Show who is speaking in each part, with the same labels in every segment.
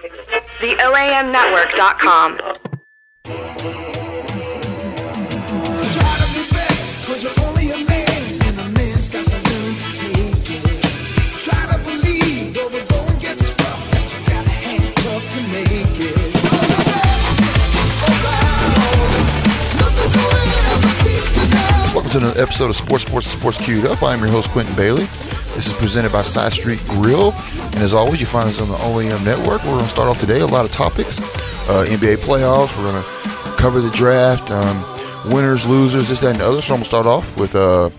Speaker 1: The OAMnetwork.com.
Speaker 2: Try to be best, cause you're only a man, and a man's got the room to take it. Try to believe, though the going gets rough, that you gotta handcuff to make it. Oh, no, no. Oh, wow. Nothing's gonna ever keep you down.
Speaker 3: Welcome to another episode of Sports Sports Sports Queued Up. I am your host Quentin Bailey. This is presented by Side Street Grill, and as always, you find us on the OAM network. We're going to start off today a lot of topics: uh, NBA playoffs. We're going to cover the draft, um, winners, losers, this, that, and the other. So I'm going to start off with uh,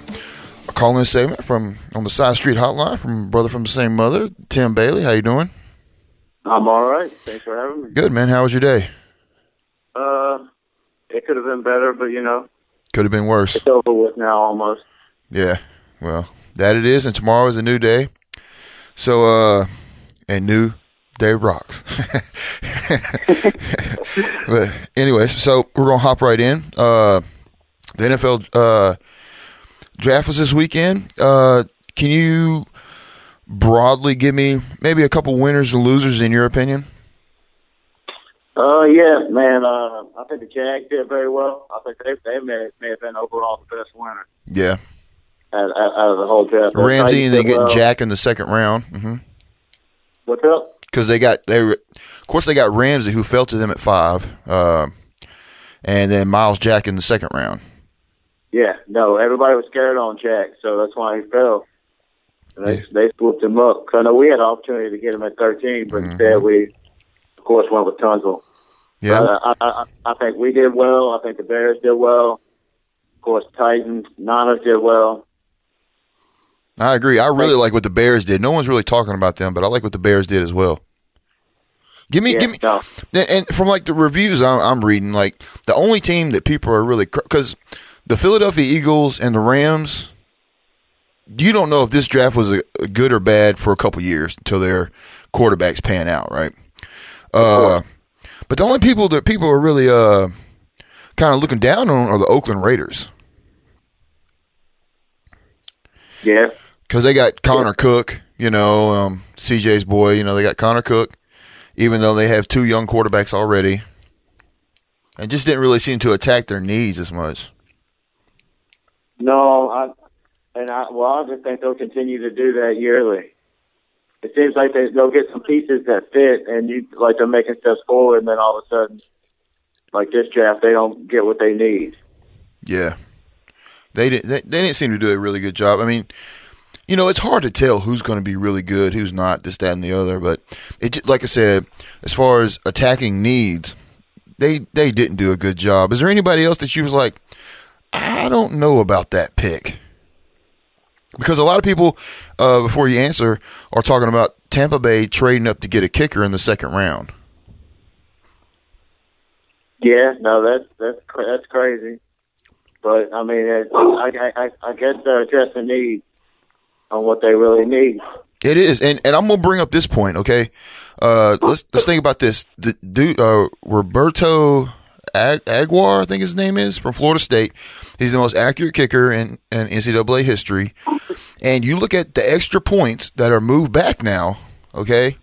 Speaker 3: a call-in segment from on the Side Street Hotline from a brother from the same mother, Tim Bailey. How you doing?
Speaker 4: I'm all right. Thanks for having me.
Speaker 3: Good, man. How was your day?
Speaker 4: Uh, it could have been better, but you know,
Speaker 3: Could have been worse.
Speaker 4: it's over with now almost.
Speaker 3: Yeah. Well, that it is, and tomorrow is a new day. So, uh, and new day rocks. but anyways, so we're gonna hop right in. Uh, the NFL uh, draft was this weekend. Uh, can you broadly give me maybe a couple winners and losers in your opinion?
Speaker 4: Uh, yeah, man. Uh, I think the Jags did very well. I think they they may may have been overall the best winner
Speaker 3: Yeah,
Speaker 4: out, out, out of the whole draft. The
Speaker 3: Ramsey
Speaker 4: Titans
Speaker 3: and they
Speaker 4: did
Speaker 3: get
Speaker 4: well.
Speaker 3: Jack in the second round. hmm
Speaker 4: uh, What's up?
Speaker 3: because they got they were- of course they got Ramsey who fell to them at five, um, and then Miles Jack in the second round.
Speaker 4: Yeah, no, everybody was scared on Jack, so that's why he fell. And they
Speaker 3: Yeah.
Speaker 4: they swooped him up. 'Cause I know we had an opportunity to get him at 13, but
Speaker 3: Mm-hmm.
Speaker 4: instead we, of course, went with Tunzel.
Speaker 3: Yeah,
Speaker 4: But, uh, I, I, I think we did well. I think the Bears did well. Of course, Titans, Niners did well.
Speaker 3: I agree. I really like what the Bears did. No one's really talking about them, but I like what the Bears did as well. Give me,
Speaker 4: Yeah,
Speaker 3: give me,
Speaker 4: no.
Speaker 3: and, and from like the reviews I'm, I'm reading, like the only team that people are really because the Philadelphia Eagles and the Rams, you don't know if this draft was a, a good or bad for a couple years until their quarterbacks pan out, right? Uh, but the only people that people are really uh kind of looking down on are the Oakland Raiders
Speaker 4: Yeah.
Speaker 3: because they got Connor Cook, you know, um, CJ's boy. You know, they got Connor Cook, even though they have two young quarterbacks already, and just didn't really seem to attack their needs as much.
Speaker 4: No, I, and I, well, I just think they'll continue to do that yearly. It seems like they, they'll get some pieces that fit, and you like they're making steps forward, and then all of a sudden, like this draft, they don't get what they need.
Speaker 3: Yeah, they didn't. They, they didn't seem to do a really good job. I mean, you know, it's hard to tell who's going to be really good, who's not, this, that, and the other. But it, ju- like I said, as far as attacking needs, they they didn't do a good job. Is there anybody else that you was like, I don't know about that pick? Because a lot of people, uh, before you answer, are talking about Tampa Bay trading up to get a kicker in the second round.
Speaker 4: Yeah, no, that's that's cra- that's crazy. But I mean, it, I, I I I guess they're addressing needs on what they really need.
Speaker 3: It is, and and I'm gonna bring up this point, okay? Uh, let's let's think about this. The dude, uh, Roberto Ag- Aguar, I think his name is from Florida State. He's the most accurate kicker in, in NCAA history. And you look at the extra points that are moved back now, okay,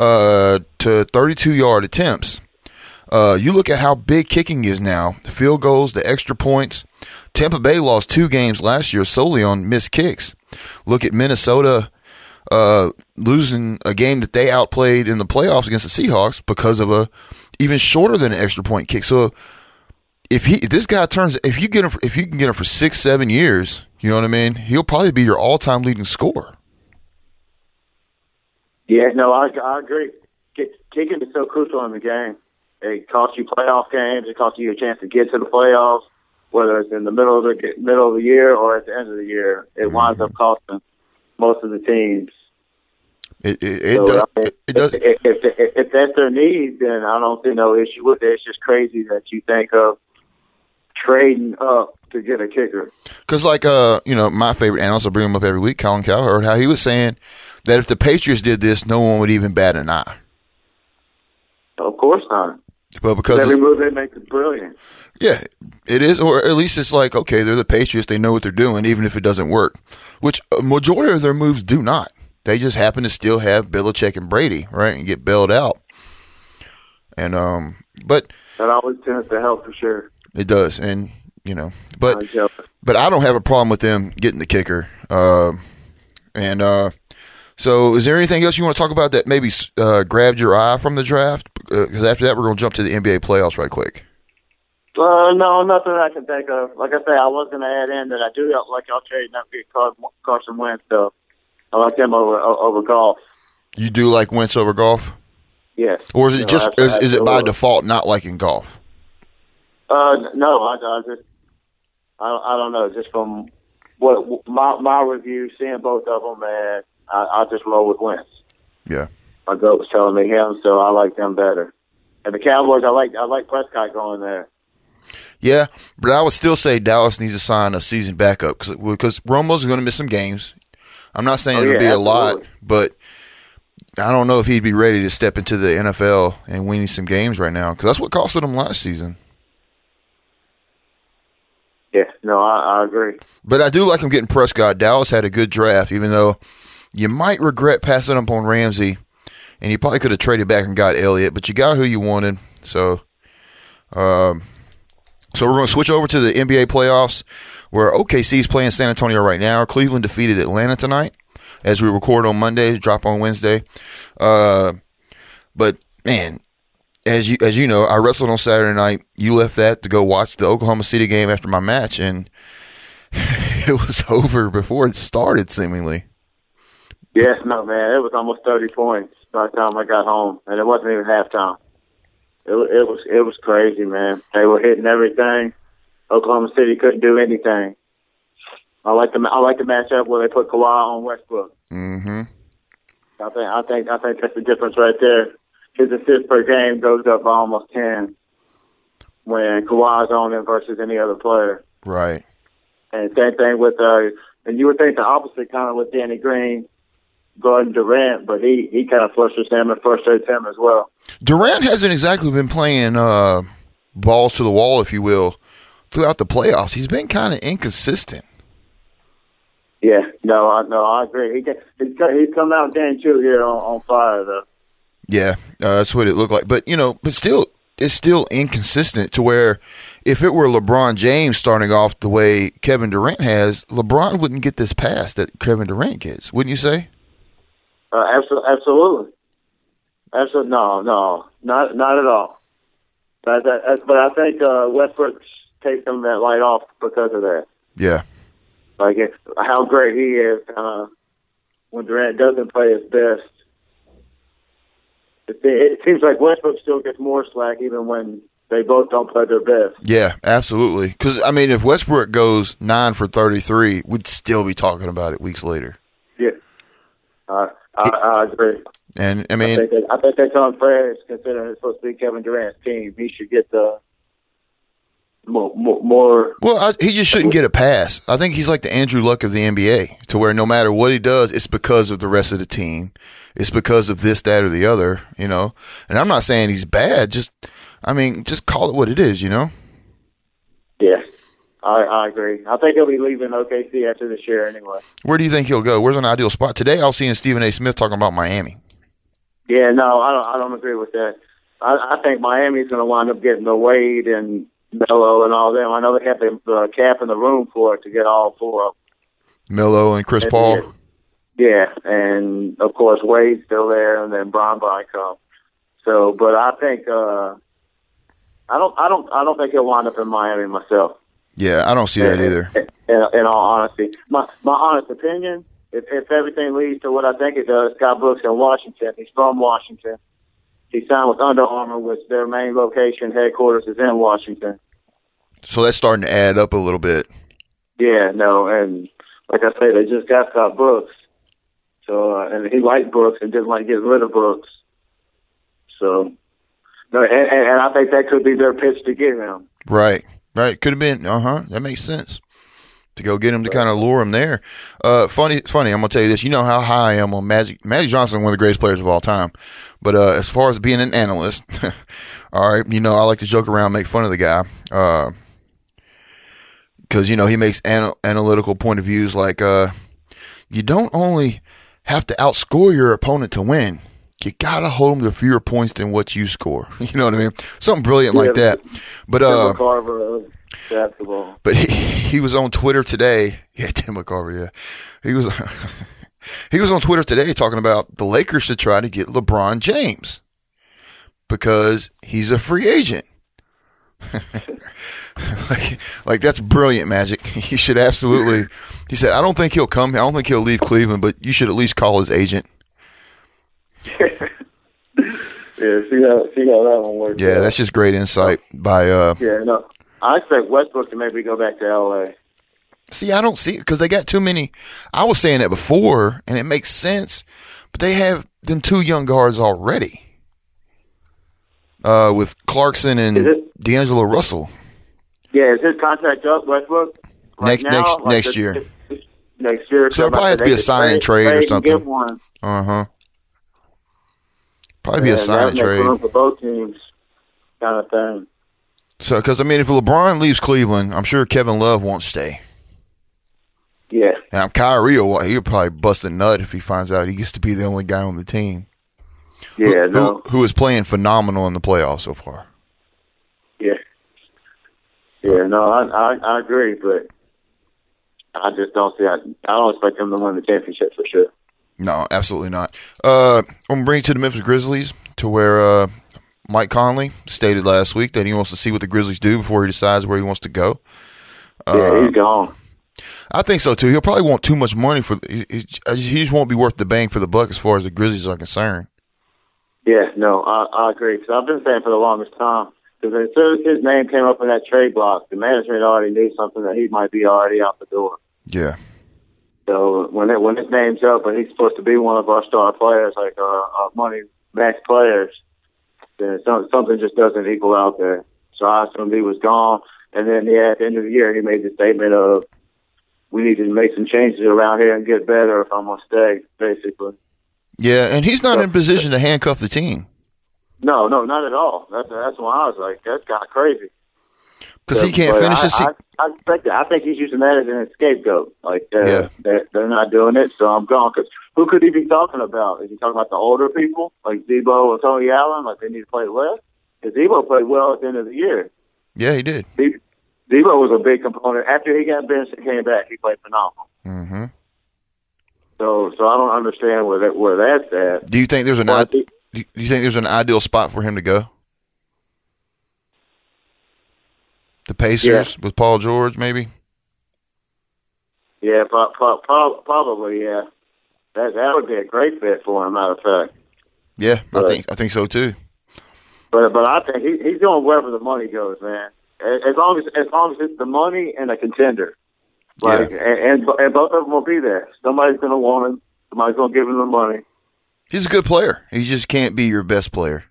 Speaker 3: uh, to 32 yard attempts. Uh, you look at how big kicking is now. The field goals, the extra points. Tampa Bay lost two games last year solely on missed kicks. Look at Minnesota uh, losing a game that they outplayed in the playoffs against the Seahawks because of a even shorter than an extra point kick. So if he if this guy turns if you get him for, if you can get him for six seven years, you know what I mean. He'll probably be your all time leading scorer.
Speaker 4: Yeah, no, I I agree. Kick- Kicking is so crucial in the game. It costs you playoff games. It costs you a chance to get to the playoffs, whether it's in the middle of the middle of the year or at the end of the year. It winds
Speaker 3: Mm-hmm.
Speaker 4: up costing most of the teams.
Speaker 3: It it, it,
Speaker 4: So,
Speaker 3: does,
Speaker 4: I mean,
Speaker 3: it, it does.
Speaker 4: If, if, if, if that's their need, then I don't see no issue with it. It's just crazy that you think of trading up to get a kicker.
Speaker 3: Because, like, uh, you know, my favorite analyst, I bring him up every week, Colin Cowherd, how he was saying that if the Patriots did this, no one would even bat an eye.
Speaker 4: Of course not.
Speaker 3: But because,
Speaker 4: Every move they make is brilliant.
Speaker 3: yeah, it is, or at least it's like, okay, they're the Patriots. They know what they're doing, even if it doesn't work, which a majority of their moves do not. They just happen to still have Belichick and Brady, right, and get bailed out. And um, but
Speaker 4: That always tends to help for sure.
Speaker 3: it does, and you know, but
Speaker 4: I joke.
Speaker 3: but I don't have a problem with them getting the kicker. Um, and uh, so, is there anything else you want to talk about that maybe uh, grabbed your eye from the draft? Because after that, we're going to jump to the NBA playoffs right quick.
Speaker 4: Uh, no, nothing I can think of. Like I say, I was going to add in that I do like y'all trading up for Car- Carson Wentz, so I like them over o- over golf.
Speaker 3: You do like Wentz over golf,
Speaker 4: Yes.
Speaker 3: or is it
Speaker 4: No,
Speaker 3: just
Speaker 4: I-
Speaker 3: is, is it by
Speaker 4: absolutely.
Speaker 3: default not liking golf?
Speaker 4: Uh, no, I, I just I, I don't know. Just from what my my review, seeing both of them, man, I, I just roll with Wentz.
Speaker 3: Yeah,
Speaker 4: My goat was telling me him, so I like them better. And the Cowboys, I like I like Prescott going there.
Speaker 3: yeah, but I would still say Dallas needs to sign a season backup because Romo's going to miss some games. I'm not saying
Speaker 4: Oh,
Speaker 3: it'll
Speaker 4: yeah,
Speaker 3: be a lot,
Speaker 4: absolutely.
Speaker 3: but I don't know if he'd be ready to step into the NFL and winning some games right now because that's what costed him last season.
Speaker 4: Yeah, no, I, I agree.
Speaker 3: But I do like him getting Prescott. Dallas had a good draft, even though you might regret passing up on Ramsey, and you probably could have traded back and got Elliott, but you got who you wanted. So, um, so we're going to switch over to the NBA playoffs, where OKC is playing San Antonio right now. Cleveland defeated Atlanta tonight, as we record on Monday, drop on Wednesday. Uh, but man, as you as you know, I wrestled on Saturday night. You left that to go watch the Oklahoma City game after my match, and it was over before it started, seemingly.
Speaker 4: Yes, no, man, it was almost thirty points by the time I got home, and it wasn't even halftime. It, wa- it was it was crazy, man. They were hitting everything. Oklahoma City couldn't do anything. I like the ma- I like the matchup where they put Kawhi on Westbrook.
Speaker 3: hmm
Speaker 4: I think I think I think that's the difference right there. His assist per game goes up by almost ten when Kawhi's on him versus any other player.
Speaker 3: Right.
Speaker 4: And same thing with uh and you would think the opposite kind of with Danny Green, Gordon Durant, but he he kind of flushes him and frustrates him as well.
Speaker 3: Durant hasn't exactly been playing uh, balls to the wall, if you will, throughout the playoffs. He's been kind of inconsistent.
Speaker 4: Yeah, no, I no, I agree. He can, he's co- he's come out Dan too here on, on fire though.
Speaker 3: Yeah, uh, that's what it looked like. But you know, but still, it's still inconsistent to where if it were LeBron James starting off the way Kevin Durant has, LeBron wouldn't get this pass that Kevin Durant gets, wouldn't you say?
Speaker 4: Uh, absolutely, absolutely, absolutely. No, no, not not at all. But that, that- but I think uh, Westbrook takes him that light off because of that.
Speaker 3: Yeah.
Speaker 4: like it, how great he is uh, when Durant doesn't play his best. It, it seems like Westbrook still gets more slack even when they both don't play their best.
Speaker 3: Yeah, absolutely. Because I mean, if Westbrook goes nine for thirty-three, we'd still be talking about it weeks later.
Speaker 4: Yeah, uh, I, I agree.
Speaker 3: And I
Speaker 4: I
Speaker 3: mean,
Speaker 4: think, that, I think that's unfair considering it's supposed to be Kevin Durant's team. He should get the more more, more
Speaker 3: well, I, he just shouldn't get a pass. I think he's like the Andrew Luck of the NBA, to where no matter what he does, it's because of the rest of the team. It's because of this, that, or the other, you know. And I'm not saying he's bad. Just, I mean, just call it what it is, you know.
Speaker 4: yeah. I, I agree. I think he'll be leaving OKC after this year anyway.
Speaker 3: Where do you think he'll go? Where's an ideal spot? Today, I was seeing Stephen A. Smith talking about Miami.
Speaker 4: Yeah, no, I don't. I don't agree with that. I, I think Miami's going to wind up getting the Wade and Melo and all them. I know they have the uh, cap in the room for it to get all four. Of
Speaker 3: Melo and Chris
Speaker 4: them.
Speaker 3: Paul.
Speaker 4: Yeah, and of course Wade's still there, and then Bron Bron come. So, but I think uh, I don't. I don't. I don't think he'll wind up in Miami myself.
Speaker 3: Yeah, I don't see that either.
Speaker 4: In, in, in all honesty, my my honest opinion, if if everything leads to what I think it does, Scott Brooks in Washington. He's from Washington. He signed with Under Armour, which their main location headquarters is in Washington.
Speaker 3: So that's starting to add up a little bit.
Speaker 4: Yeah, no, and like I say, they just got Scott Brooks. So uh, and he liked Brooks and didn't like getting rid of Brooks. So no, and, and, and I think that could be their pitch to get him.
Speaker 3: Right, right. Could have been. Uh huh. That makes sense. To go get him to kind of lure him there. Uh, funny, funny. I'm gonna tell you this. You know how high I am on Magic. Magic Johnson, one of the greatest players of all time. But uh, as far as being an analyst, all right, you know I like to joke around, make fun of the guy. Uh, because you know he makes anal- analytical point of views like uh, you don't only have to outscore your opponent to win. you gotta hold them to fewer points than what you score. You know what I mean? Something brilliant like
Speaker 4: Yeah.
Speaker 3: that. But
Speaker 4: Jimmy
Speaker 3: uh,
Speaker 4: Carver, uh, basketball.
Speaker 3: but he, he was on Twitter today. Yeah, Tim McCarver. Yeah, he was he was on Twitter today talking about the Lakers should try to get LeBron James because he's a free agent. like, like that's brilliant magic. You should absolutely. He said, I don't think he'll come. I don't think he'll leave Cleveland, but you should at least call his agent.
Speaker 4: Yeah, see how see how that one works.
Speaker 3: Yeah,
Speaker 4: out.
Speaker 3: that's just great insight by. uh
Speaker 4: yeah. No, I expect Westbrook to maybe go back to L.A.
Speaker 3: See, I don't see it because they got too many. I was saying that before, and it makes sense, but they have them two young guards already uh, with Clarkson
Speaker 4: Is
Speaker 3: and
Speaker 4: it-
Speaker 3: D'Angelo Russell.
Speaker 4: Yeah, is his contract up, Westbrook?
Speaker 3: Next- next- next
Speaker 4: this-
Speaker 3: year.
Speaker 4: this- Next year.
Speaker 3: So it'll probably have to be a sign and trade or something.
Speaker 4: Get one.
Speaker 3: Uh huh. Probably be
Speaker 4: Yeah,
Speaker 3: a sign
Speaker 4: that'll
Speaker 3: and
Speaker 4: make
Speaker 3: trade.
Speaker 4: room for both teams, kind of thing.
Speaker 3: So, because I mean, if LeBron leaves Cleveland, I'm sure Kevin Love won't stay.
Speaker 4: Yeah,
Speaker 3: Now, Kyrie, will- he'll probably bust a nut if he finds out he gets to be the only guy on the team who-
Speaker 4: yeah,
Speaker 3: who-
Speaker 4: no,
Speaker 3: who is playing phenomenal in the playoffs so far.
Speaker 4: yeah, yeah, no. I, I I agree, but I just don't see. I, I don't expect them to win the championship for sure.
Speaker 3: No, absolutely not. Uh, I'm gonna bring you to the Memphis Grizzlies to where uh, Mike Conley stated last week that he wants to see what the Grizzlies do before he decides where he wants to go.
Speaker 4: yeah,
Speaker 3: Uh,
Speaker 4: he's gone.
Speaker 3: I think so too. He'll probably want too much money for he, he uh, he just won't be worth the bang for the buck as far as the Grizzlies are concerned.
Speaker 4: Yeah, no, I, I agree. Because I've been saying for the longest time, because as soon as his name came up in that trade block, the management already knew something that he might be already out the door.
Speaker 3: Yeah,
Speaker 4: So when it, when his name's up and he's supposed to be one of our star players, like our, our money max players, then some, something just doesn't equal out there. So I assumed he was gone. And then yeah, at the end of the year, he made the statement of, "We need to make some changes around here and get better if I'm gonna stay." Basically,
Speaker 3: yeah, and he's not in a position to handcuff the team
Speaker 4: no, no, not at all. That's that's when I was like, "That's kind of crazy."
Speaker 3: because he can't
Speaker 4: But
Speaker 3: finish
Speaker 4: I,
Speaker 3: this. se-
Speaker 4: I, I expect that. I think he's using that as an scapegoat. Like uh,
Speaker 3: Yeah.
Speaker 4: they're, they're not doing it, so I'm gone. Because who could he be talking about? Is he talking about the older people like Debo or Tony Allen? Like they need to play less. Because Debo played well at the end of the year.
Speaker 3: Yeah, he did.
Speaker 4: De- Debo was a big component. After he got benched and came back, he played phenomenal.
Speaker 3: hmm
Speaker 4: So, so I don't understand where that where that's at.
Speaker 3: Do you think there's an
Speaker 4: Well, I
Speaker 3: ide-
Speaker 4: think-
Speaker 3: do you think there's an ideal spot for him to go? The Pacers with Paul George, maybe.
Speaker 4: Yeah, pro- pro- pro- probably. Yeah, that that would be a great fit for him. Matter of fact.
Speaker 3: Yeah, I
Speaker 4: Right.
Speaker 3: think I think so too.
Speaker 4: But but I think he, he's doing wherever the money goes, man. A- As long as as long as it's the money and a contender, like and, and and both of them will be there. Somebody's gonna want him. Somebody's gonna give him the money.
Speaker 3: He's a good player. He just can't be your best player.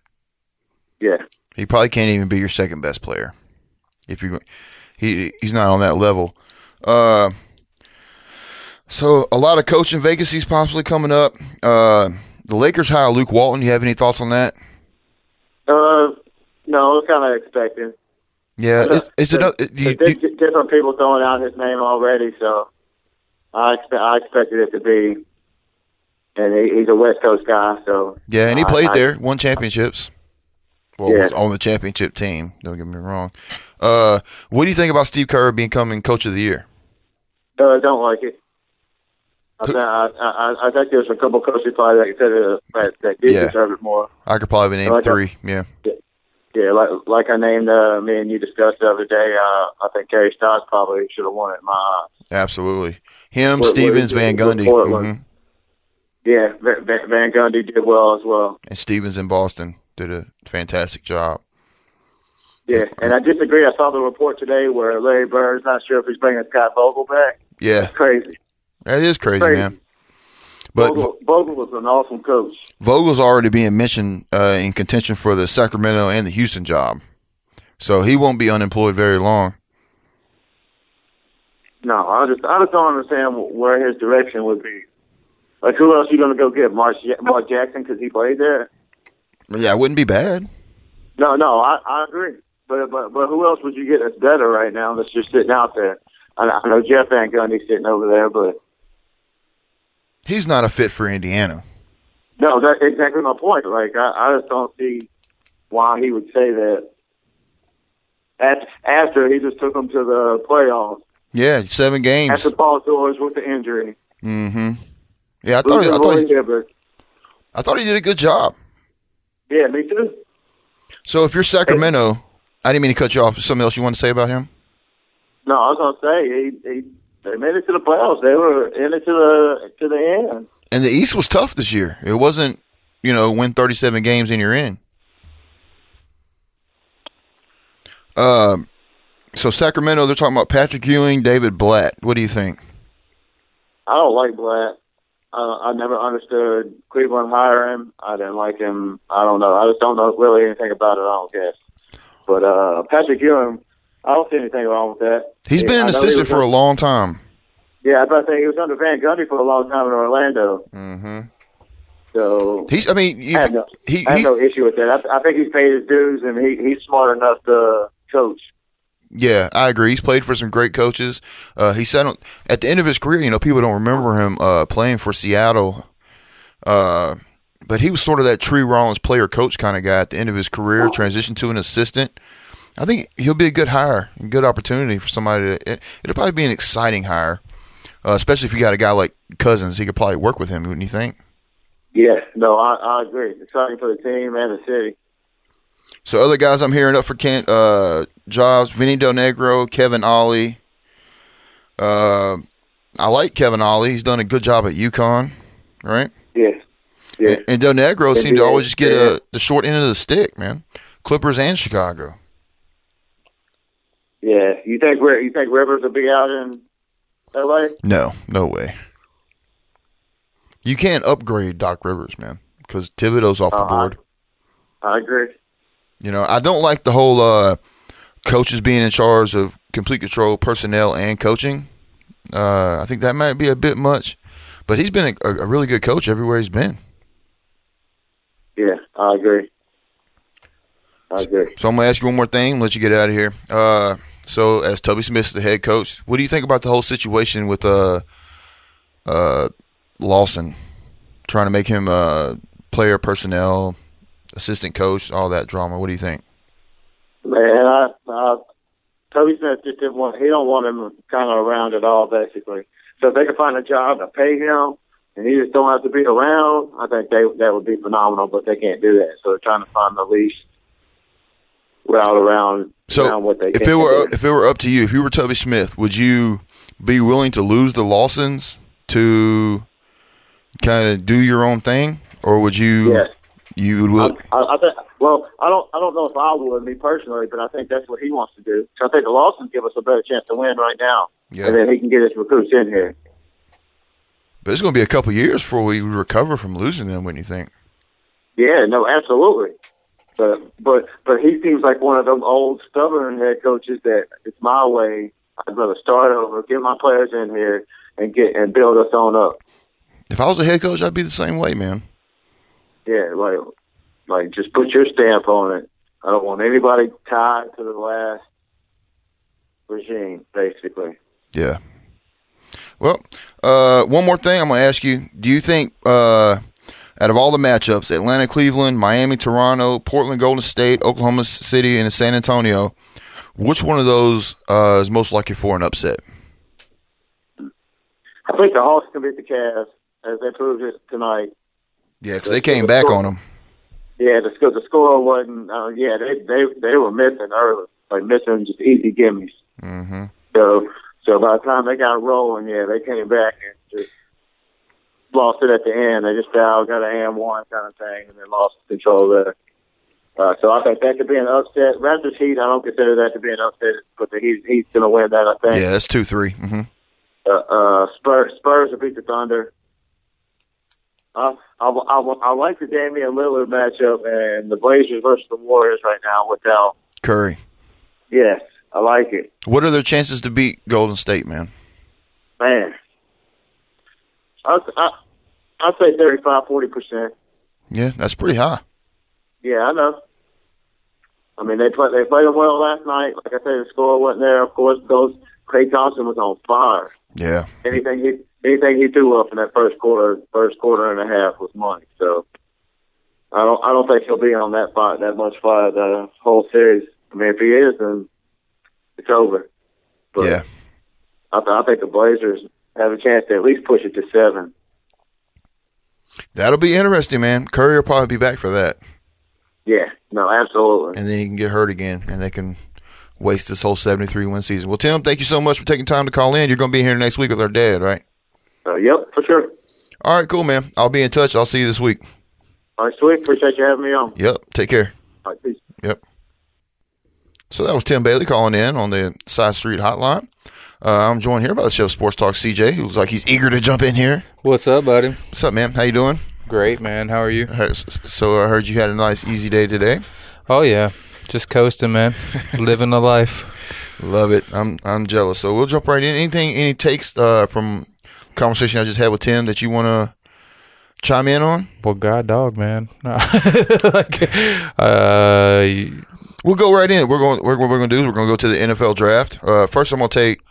Speaker 4: Yeah,
Speaker 3: He probably can't even be your second best player. If you he he's not on that level. Uh so a lot of coaching vacancies possibly coming up. Uh the Lakers hire Luke Walton. You have any thoughts on that?
Speaker 4: uh, no, it's kind of expecting.
Speaker 3: Yeah,
Speaker 4: Uh,
Speaker 3: it's, it's another. You, you-
Speaker 4: There's di- different people throwing out his name already, so I expect I expected it to be. And he, he's a West Coast guy, so
Speaker 3: yeah, and he
Speaker 4: I-
Speaker 3: played
Speaker 4: I-
Speaker 3: there, won championships. Well,
Speaker 4: Yeah.
Speaker 3: was on the championship team. Don't get me wrong. Uh, what do you think about Steve Kerr becoming coach of the year?
Speaker 4: No, I don't like it. I, th- I, I, I think there's a couple coaches probably that could have, that, that did
Speaker 3: Yeah.
Speaker 4: deserve it more.
Speaker 3: I could probably name
Speaker 4: I like that.
Speaker 3: three. Yeah.
Speaker 4: Yeah, like like I named uh, me and you discussed the other day. Uh, I think Kerry Stotts probably should have won it. in My eyes.
Speaker 3: Absolutely. Him,
Speaker 4: What- what
Speaker 3: Stevens,
Speaker 4: he
Speaker 3: Van
Speaker 4: did with
Speaker 3: Gundy,
Speaker 4: Portland.
Speaker 3: mhm.
Speaker 4: yeah, Van, Van- Van Gundy did well as well.
Speaker 3: and Stevens in Boston did a fantastic job.
Speaker 4: Yeah, and I disagree. I saw the report today where Larry Bird's not sure if he's bringing Scott Vogel back.
Speaker 3: Yeah,
Speaker 4: Crazy,
Speaker 3: that is crazy,
Speaker 4: crazy.
Speaker 3: man. But
Speaker 4: Vogel, Vogel was an awesome coach.
Speaker 3: Vogel's already being mentioned uh, in contention for the Sacramento and the Houston job, so he won't be unemployed very long.
Speaker 4: No, I just I just don't understand where his direction would be. Like, who else you going to go get? Mark, Mark Jackson because he played there.
Speaker 3: Yeah, it wouldn't be bad.
Speaker 4: No, no, I, I agree. But but but who else would you get that's better right now that's just sitting out there? I, I know Jeff Van Gundy's sitting over there, but
Speaker 3: He's not a fit for Indiana.
Speaker 4: No, that's exactly my point. Like I, I just don't see why he would say that. At, after he just took them to the playoffs,
Speaker 3: Yeah, seven games.
Speaker 4: after Paul George with the injury,
Speaker 3: hmm Yeah, I thought, he,
Speaker 4: losing
Speaker 3: I, thought
Speaker 4: Roy
Speaker 3: he,
Speaker 4: Hibbert.
Speaker 3: I thought he did a good job.
Speaker 4: Yeah, me too.
Speaker 3: So if you're Sacramento, I didn't mean to cut you off. Something else you want to say about him?
Speaker 4: No, I was gonna say he, he they made it to the playoffs. They were in it to the to the end.
Speaker 3: And the East was tough this year. It wasn't, you know, win 37 games and you're in. Um, so Sacramento, they're talking about Patrick Ewing, David Blatt. What do you think?
Speaker 4: I don't like Blatt. I, I never understood Cleveland hire him. I didn't like him. I don't know. I just don't know really anything about it. I don't guess. But uh, Patrick Ewing, I don't see anything wrong with that.
Speaker 3: He's
Speaker 4: Yeah,
Speaker 3: been
Speaker 4: I
Speaker 3: an
Speaker 4: know he
Speaker 3: assistant
Speaker 4: was
Speaker 3: for a
Speaker 4: un-
Speaker 3: long time.
Speaker 4: Yeah, I was about to say he was under Van Gundy for a long time in Orlando.
Speaker 3: Mm-hmm.
Speaker 4: So
Speaker 3: He's, I mean, you,
Speaker 4: I have no,
Speaker 3: he,
Speaker 4: I have
Speaker 3: he,
Speaker 4: no issue with that. I, I think he's paid his dues and he, he's smart enough to coach.
Speaker 3: Yeah, I agree. He's played for some great coaches. Uh, he said on- at the end of his career, you know, people don't remember him uh, playing for Seattle, uh, but he was sort of that Tree Rollins player coach kind of guy at the end of his career, transitioned to an assistant. I think he'll be a good hire, a good opportunity for somebody. To, it, it'll probably be an exciting hire, uh, especially if you got a guy like Cousins. He could probably work with him, wouldn't you think?
Speaker 4: Yeah, no, I, I agree. Exciting for the team and the city.
Speaker 3: So other guys I'm hearing up for can uh, jobs: Vinny Del Negro, Kevin Ollie. Uh, I like Kevin Ollie. He's done a good job at UConn, right?
Speaker 4: Yes. Yes.
Speaker 3: And Del Negro seemed to
Speaker 4: NBA,
Speaker 3: always just get
Speaker 4: yeah.
Speaker 3: uh the short end of the stick, man. Clippers and Chicago.
Speaker 4: Yeah. You think Ri- you think Rivers will be out in LA?
Speaker 3: No, no way. You can't upgrade Doc Rivers, man, because Thibodeau's off the
Speaker 4: Uh-huh.
Speaker 3: board.
Speaker 4: I agree.
Speaker 3: You know, I don't like the whole uh, coaches being in charge of complete control, personnel, and coaching. Uh, I think that might be a bit much, but he's been a, a really good coach everywhere he's been.
Speaker 4: Yeah, I agree. I agree.
Speaker 3: So I'm gonna ask you one more thing, let you get out of here. Uh, so as Toby Smith's the head coach, what do you think about the whole situation with uh, uh, Lawson trying to make him uh, player personnel, assistant coach, all that drama? What do you think?
Speaker 4: Man, I, I Toby Smith just didn't want he don't want him kind of around at all, basically. So if they can find a job to pay him and he just don't have to be around, I think they that would be phenomenal. But they can't do that, so they're trying to find the least route around
Speaker 3: So
Speaker 4: around what they
Speaker 3: if
Speaker 4: can
Speaker 3: it were
Speaker 4: do.
Speaker 3: if it were up to you, if you were Toby Smith, would you be willing to lose the Lawsons to kind of do your own thing, or would you
Speaker 4: Yes.
Speaker 3: you would will,
Speaker 4: I, I think. Well, I don't. I don't know if I would me personally, but I think that's what he wants to do. So I think the Lawsons give us a better chance to win right now,
Speaker 3: yeah?
Speaker 4: and then he can get his recruits in here.
Speaker 3: But it's going to be a couple years before we recover from losing them. Wouldn't you think?
Speaker 4: Yeah, no, absolutely. But but but he seems like one of them old stubborn head coaches that it's my way. I'd rather start over, get my players in here, and get and build us on up.
Speaker 3: If I was a head coach, I'd be the same way, man.
Speaker 4: Yeah, like like just put your stamp on it. I don't want anybody tied to the last regime, basically.
Speaker 3: Yeah. Well, uh, one more thing I'm going to ask you: Do you think, uh, out of all the matchups, Atlanta, Cleveland, Miami, Toronto, Portland, Golden State, Oklahoma City, and San Antonio, which one of those uh, is most likely for an upset?
Speaker 4: I think the Hawks can beat the Cavs as they proved it tonight.
Speaker 3: Yeah, because they came back on them.
Speaker 4: Yeah, the score, the score wasn't. Uh, yeah, they they they were missing early, like missing just easy gimmies.
Speaker 3: Mm-hmm.
Speaker 4: So so by the time they got rolling, yeah, they came back and just lost it at the end. They just fouled, got an and one kind of thing, and then lost control there. Uh, so I think that could be an upset. Raptors Heat, I don't consider that to be an upset, but the Heat, Heat's going to win that. I think.
Speaker 3: Yeah, that's two, three. Mm-hmm.
Speaker 4: Uh, uh, Spurs Spurs will beat the Thunder. Uh, I, I, I like the Damian Lillard matchup and the Blazers versus the Warriors right now without.
Speaker 3: Curry.
Speaker 4: Yes, I like it,
Speaker 3: What are their chances to beat Golden State, man?
Speaker 4: man. I I I'd say thirty five forty percent.
Speaker 3: Yeah, that's pretty high.
Speaker 4: Yeah, I know. I mean, they play they played them well last night. Like I said, the score wasn't there. Of course, those Clay Thompson was on fire.
Speaker 3: Yeah.
Speaker 4: Anything he anything he threw up in that first quarter, first quarter and a half was money. So I don't I don't think he'll be on that fight that much fight the whole series. I mean, if he is, then it's over. But
Speaker 3: yeah.
Speaker 4: I, th- I think the Blazers have a chance to at least push it to seven.
Speaker 3: That'll be interesting, man. Curry will probably be back for that.
Speaker 4: Yeah, no, absolutely.
Speaker 3: And then he can get hurt again and they can waste this whole 73 win season. Well, Tim, thank you so much for taking time to call in. You're going to be here next week with our dad, right?
Speaker 4: So, yep, for sure.
Speaker 3: All right, cool, man. I'll be in touch. I'll see you this week.
Speaker 4: All right, sweet. Appreciate you having me on.
Speaker 3: Yep. Take care.
Speaker 4: All right, peace.
Speaker 3: Yep. So that was Tim Bailey calling in on the Side Street Hotline. Uh, I'm joined here by the Chef Sports Talk CJ, who looks like he's eager to jump in here.
Speaker 5: What's up, buddy?
Speaker 3: What's up, man? How you doing?
Speaker 5: Great, man. How are you?
Speaker 3: I heard- So I heard you had a nice, easy day today.
Speaker 5: Oh yeah, just coasting, man. Living the life.
Speaker 3: Love it. I'm I'm jealous. So we'll jump right in. Anything, any takes uh, from conversation I just had with Tim that you want to chime in on?
Speaker 5: Well, god dog, man. No. like, uh, y-
Speaker 3: We'll go right in. We're going. We're, what we're going to do is we're going to go to the NFL draft. Uh, first, I'm going to take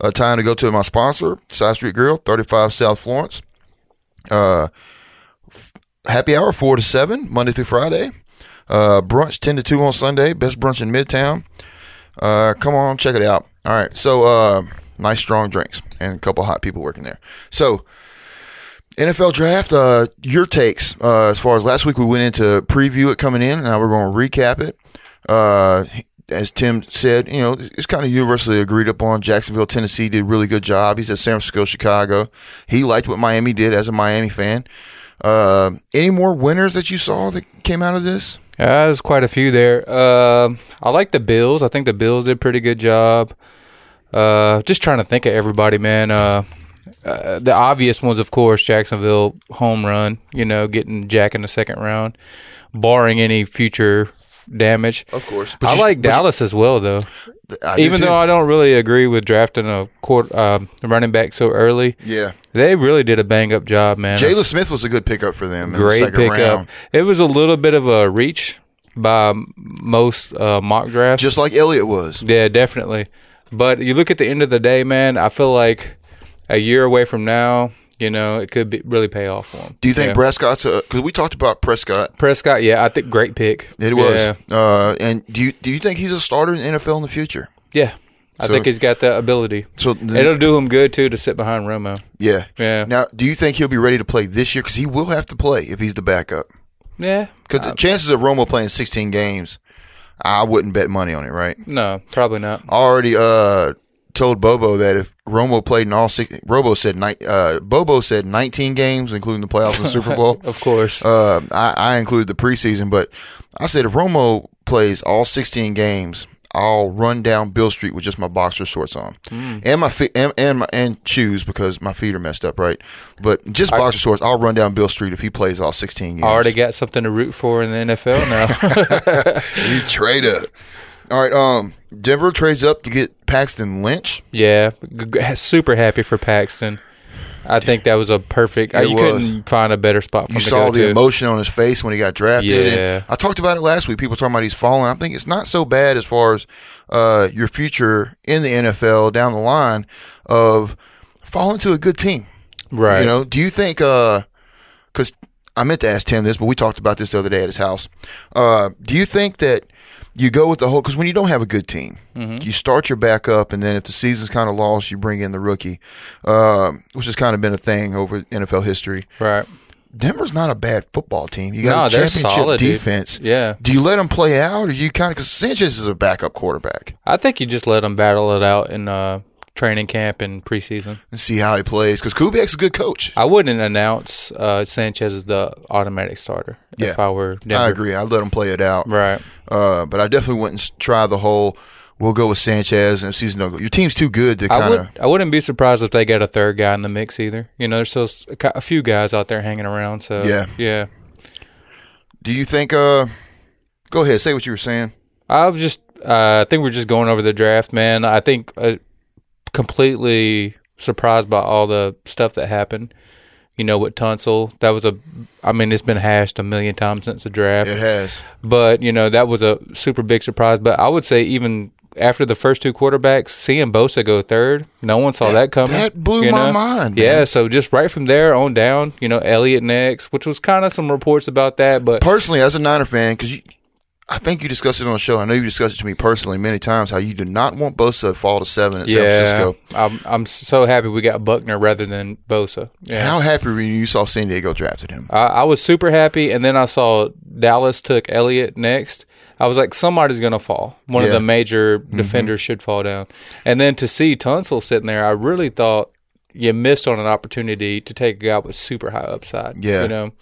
Speaker 3: uh, time to go to my sponsor, Side Street Grill, 35 South Florence. Uh, f- happy hour four to seven Monday through Friday. Uh, brunch ten to two on Sunday. Best brunch in Midtown. Uh, come on, check it out. All right. So, uh, nice strong drinks and a couple hot people working there. So, NFL draft, uh, your takes uh, as far as last week we went into preview it coming in, and now we're going to recap it. Uh, as Tim said, you know, it's kind of universally agreed upon. Jacksonville, Tennessee did a really good job. He's at San Francisco, Chicago. He liked what Miami did as a Miami fan. Uh, any more winners that you saw that came out of this?
Speaker 5: yeah, there's quite a few there. Um, I like the Bills. I think the Bills did a pretty good job. Uh, just trying to think of everybody, man. Uh, uh, the obvious ones, of course, Jacksonville home run. You know, getting Jack in the second round, barring any future damage.
Speaker 3: Of course.
Speaker 5: I like Dallas as well, though. Even though I don't really agree with drafting a court um, running back so early,
Speaker 3: yeah,
Speaker 5: they really did a bang up job, man.
Speaker 3: Jalen Smith was a good pickup for them. In the
Speaker 5: great
Speaker 3: second
Speaker 5: pickup.
Speaker 3: round.
Speaker 5: It was a little bit of a reach by m- most uh, mock drafts.
Speaker 3: just like Elliott was.
Speaker 5: yeah, definitely. But you look at the end of the day, man. I feel like a year away from now, you know, it could be, really pay off for them.
Speaker 3: Do you think
Speaker 5: yeah.
Speaker 3: Prescott's? Because we talked about Prescott
Speaker 5: Prescott? Yeah, I think great pick.
Speaker 3: It was.
Speaker 5: Yeah,
Speaker 3: Uh, and do you do you think he's a starter in the NFL in the future?
Speaker 5: yeah. I
Speaker 3: So-
Speaker 5: think he's got the ability.
Speaker 3: So then-
Speaker 5: It'll do him good too to sit behind Romo.
Speaker 3: Yeah.
Speaker 5: Yeah.
Speaker 3: Now, do you think he'll be ready to play this year? Because he will have to play if he's the backup.
Speaker 5: Yeah,
Speaker 3: Because the chances of Romo playing 16 games, I wouldn't bet money on it. Right?
Speaker 5: No, probably not.
Speaker 3: I already uh, told Bobo that if Romo played in all six, Robo said ni- uh, Bobo said 19 games, including the playoffs and Super Bowl.
Speaker 5: Of course.
Speaker 3: Uh, I, I included the preseason, but I said if Romo plays all 16 games, I'll run down Bill Street with just my boxer shorts on and my feet and, and my and shoes because my feet are messed up, right? But just boxer shorts, I'll run down Bill Street if he plays all 16 games.
Speaker 5: I already got something to root for in the NFL now.
Speaker 3: you traitor. All right, um, Denver trades up to get Paxton Lynch.
Speaker 5: yeah, g- g- super happy for Paxton. I think that was a perfect. uh,
Speaker 3: It
Speaker 5: you
Speaker 3: was.
Speaker 5: couldn't find a better spot. For
Speaker 3: You
Speaker 5: him to
Speaker 3: saw
Speaker 5: go
Speaker 3: the
Speaker 5: to.
Speaker 3: emotion on his face when he got drafted. and
Speaker 5: Yeah.
Speaker 3: I talked about it last week. People talking about he's falling. I think it's not so bad as far as uh, your future in the NFL down the line of falling to a good team.
Speaker 5: right?
Speaker 3: You know, do you think? Because I meant to ask Tim this, but we talked about this the other day at his house. Uh, do you think that you go with the whole? Because when you don't have a good team,
Speaker 5: Mm-hmm.
Speaker 3: you start your backup, and then if the season's kind of lost, you bring in the rookie, um, which has kind of been a thing over NFL history.
Speaker 5: right?
Speaker 3: Denver's not a bad football team. You got
Speaker 5: No,
Speaker 3: a
Speaker 5: they're
Speaker 3: championship
Speaker 5: solid, dude.
Speaker 3: defense.
Speaker 5: Yeah.
Speaker 3: Do you let them play out, or you kind of because Sanchez is a backup quarterback
Speaker 5: I think you just let him battle it out in uh, training camp and preseason.
Speaker 3: and see how he plays? Because Kubiak's a good coach.
Speaker 5: I wouldn't announce uh, Sanchez as the automatic starter
Speaker 3: Yeah.
Speaker 5: if I were. Denver.
Speaker 3: I agree. I let him play it out.
Speaker 5: Right.
Speaker 3: Uh, but I definitely wouldn't s- try the whole. We'll go with Sanchez and if season don't go. Your team's too good to
Speaker 5: I
Speaker 3: kind of.
Speaker 5: would. I wouldn't be surprised if they got a third guy in the mix either. You know, there's still s- a cou- a few guys out there hanging around. So
Speaker 3: Yeah.
Speaker 5: yeah.
Speaker 3: Do you think? Uh, go ahead. Say what you were saying.
Speaker 5: I was just, uh, I think we're just going over the draft, man. I think uh, completely surprised by all the stuff that happened. You know, with Tunsil, that was a, I mean, it's been hashed a million times since the draft,
Speaker 3: It has.
Speaker 5: but you know that was a super big surprise. But I would say even after the first two quarterbacks, seeing Bosa go third, no one saw that coming.
Speaker 3: that blew
Speaker 5: you
Speaker 3: my
Speaker 5: know?
Speaker 3: mind, man.
Speaker 5: Yeah, so just right from there on down, you know, Elliott next, which was kind of some reports about that, but
Speaker 3: personally, as a Niner fan, because I think you discussed it on the show. I know you discussed it to me personally many times how you do not want Bosa to fall to seven at San
Speaker 5: yeah,
Speaker 3: Francisco.
Speaker 5: I'm I'm so happy we got Buckner rather than Bosa. Yeah.
Speaker 3: How happy were you you saw San Diego drafted him?
Speaker 5: I, I was super happy, and then I saw Dallas took Elliott next. I was like, somebody's gonna fall. One of
Speaker 3: Yeah. Mm-hmm.
Speaker 5: the major defenders should fall down. And then to see Tunsil sitting there, I really thought you missed on an opportunity to take a guy with super high upside.
Speaker 3: Yeah.
Speaker 5: you know.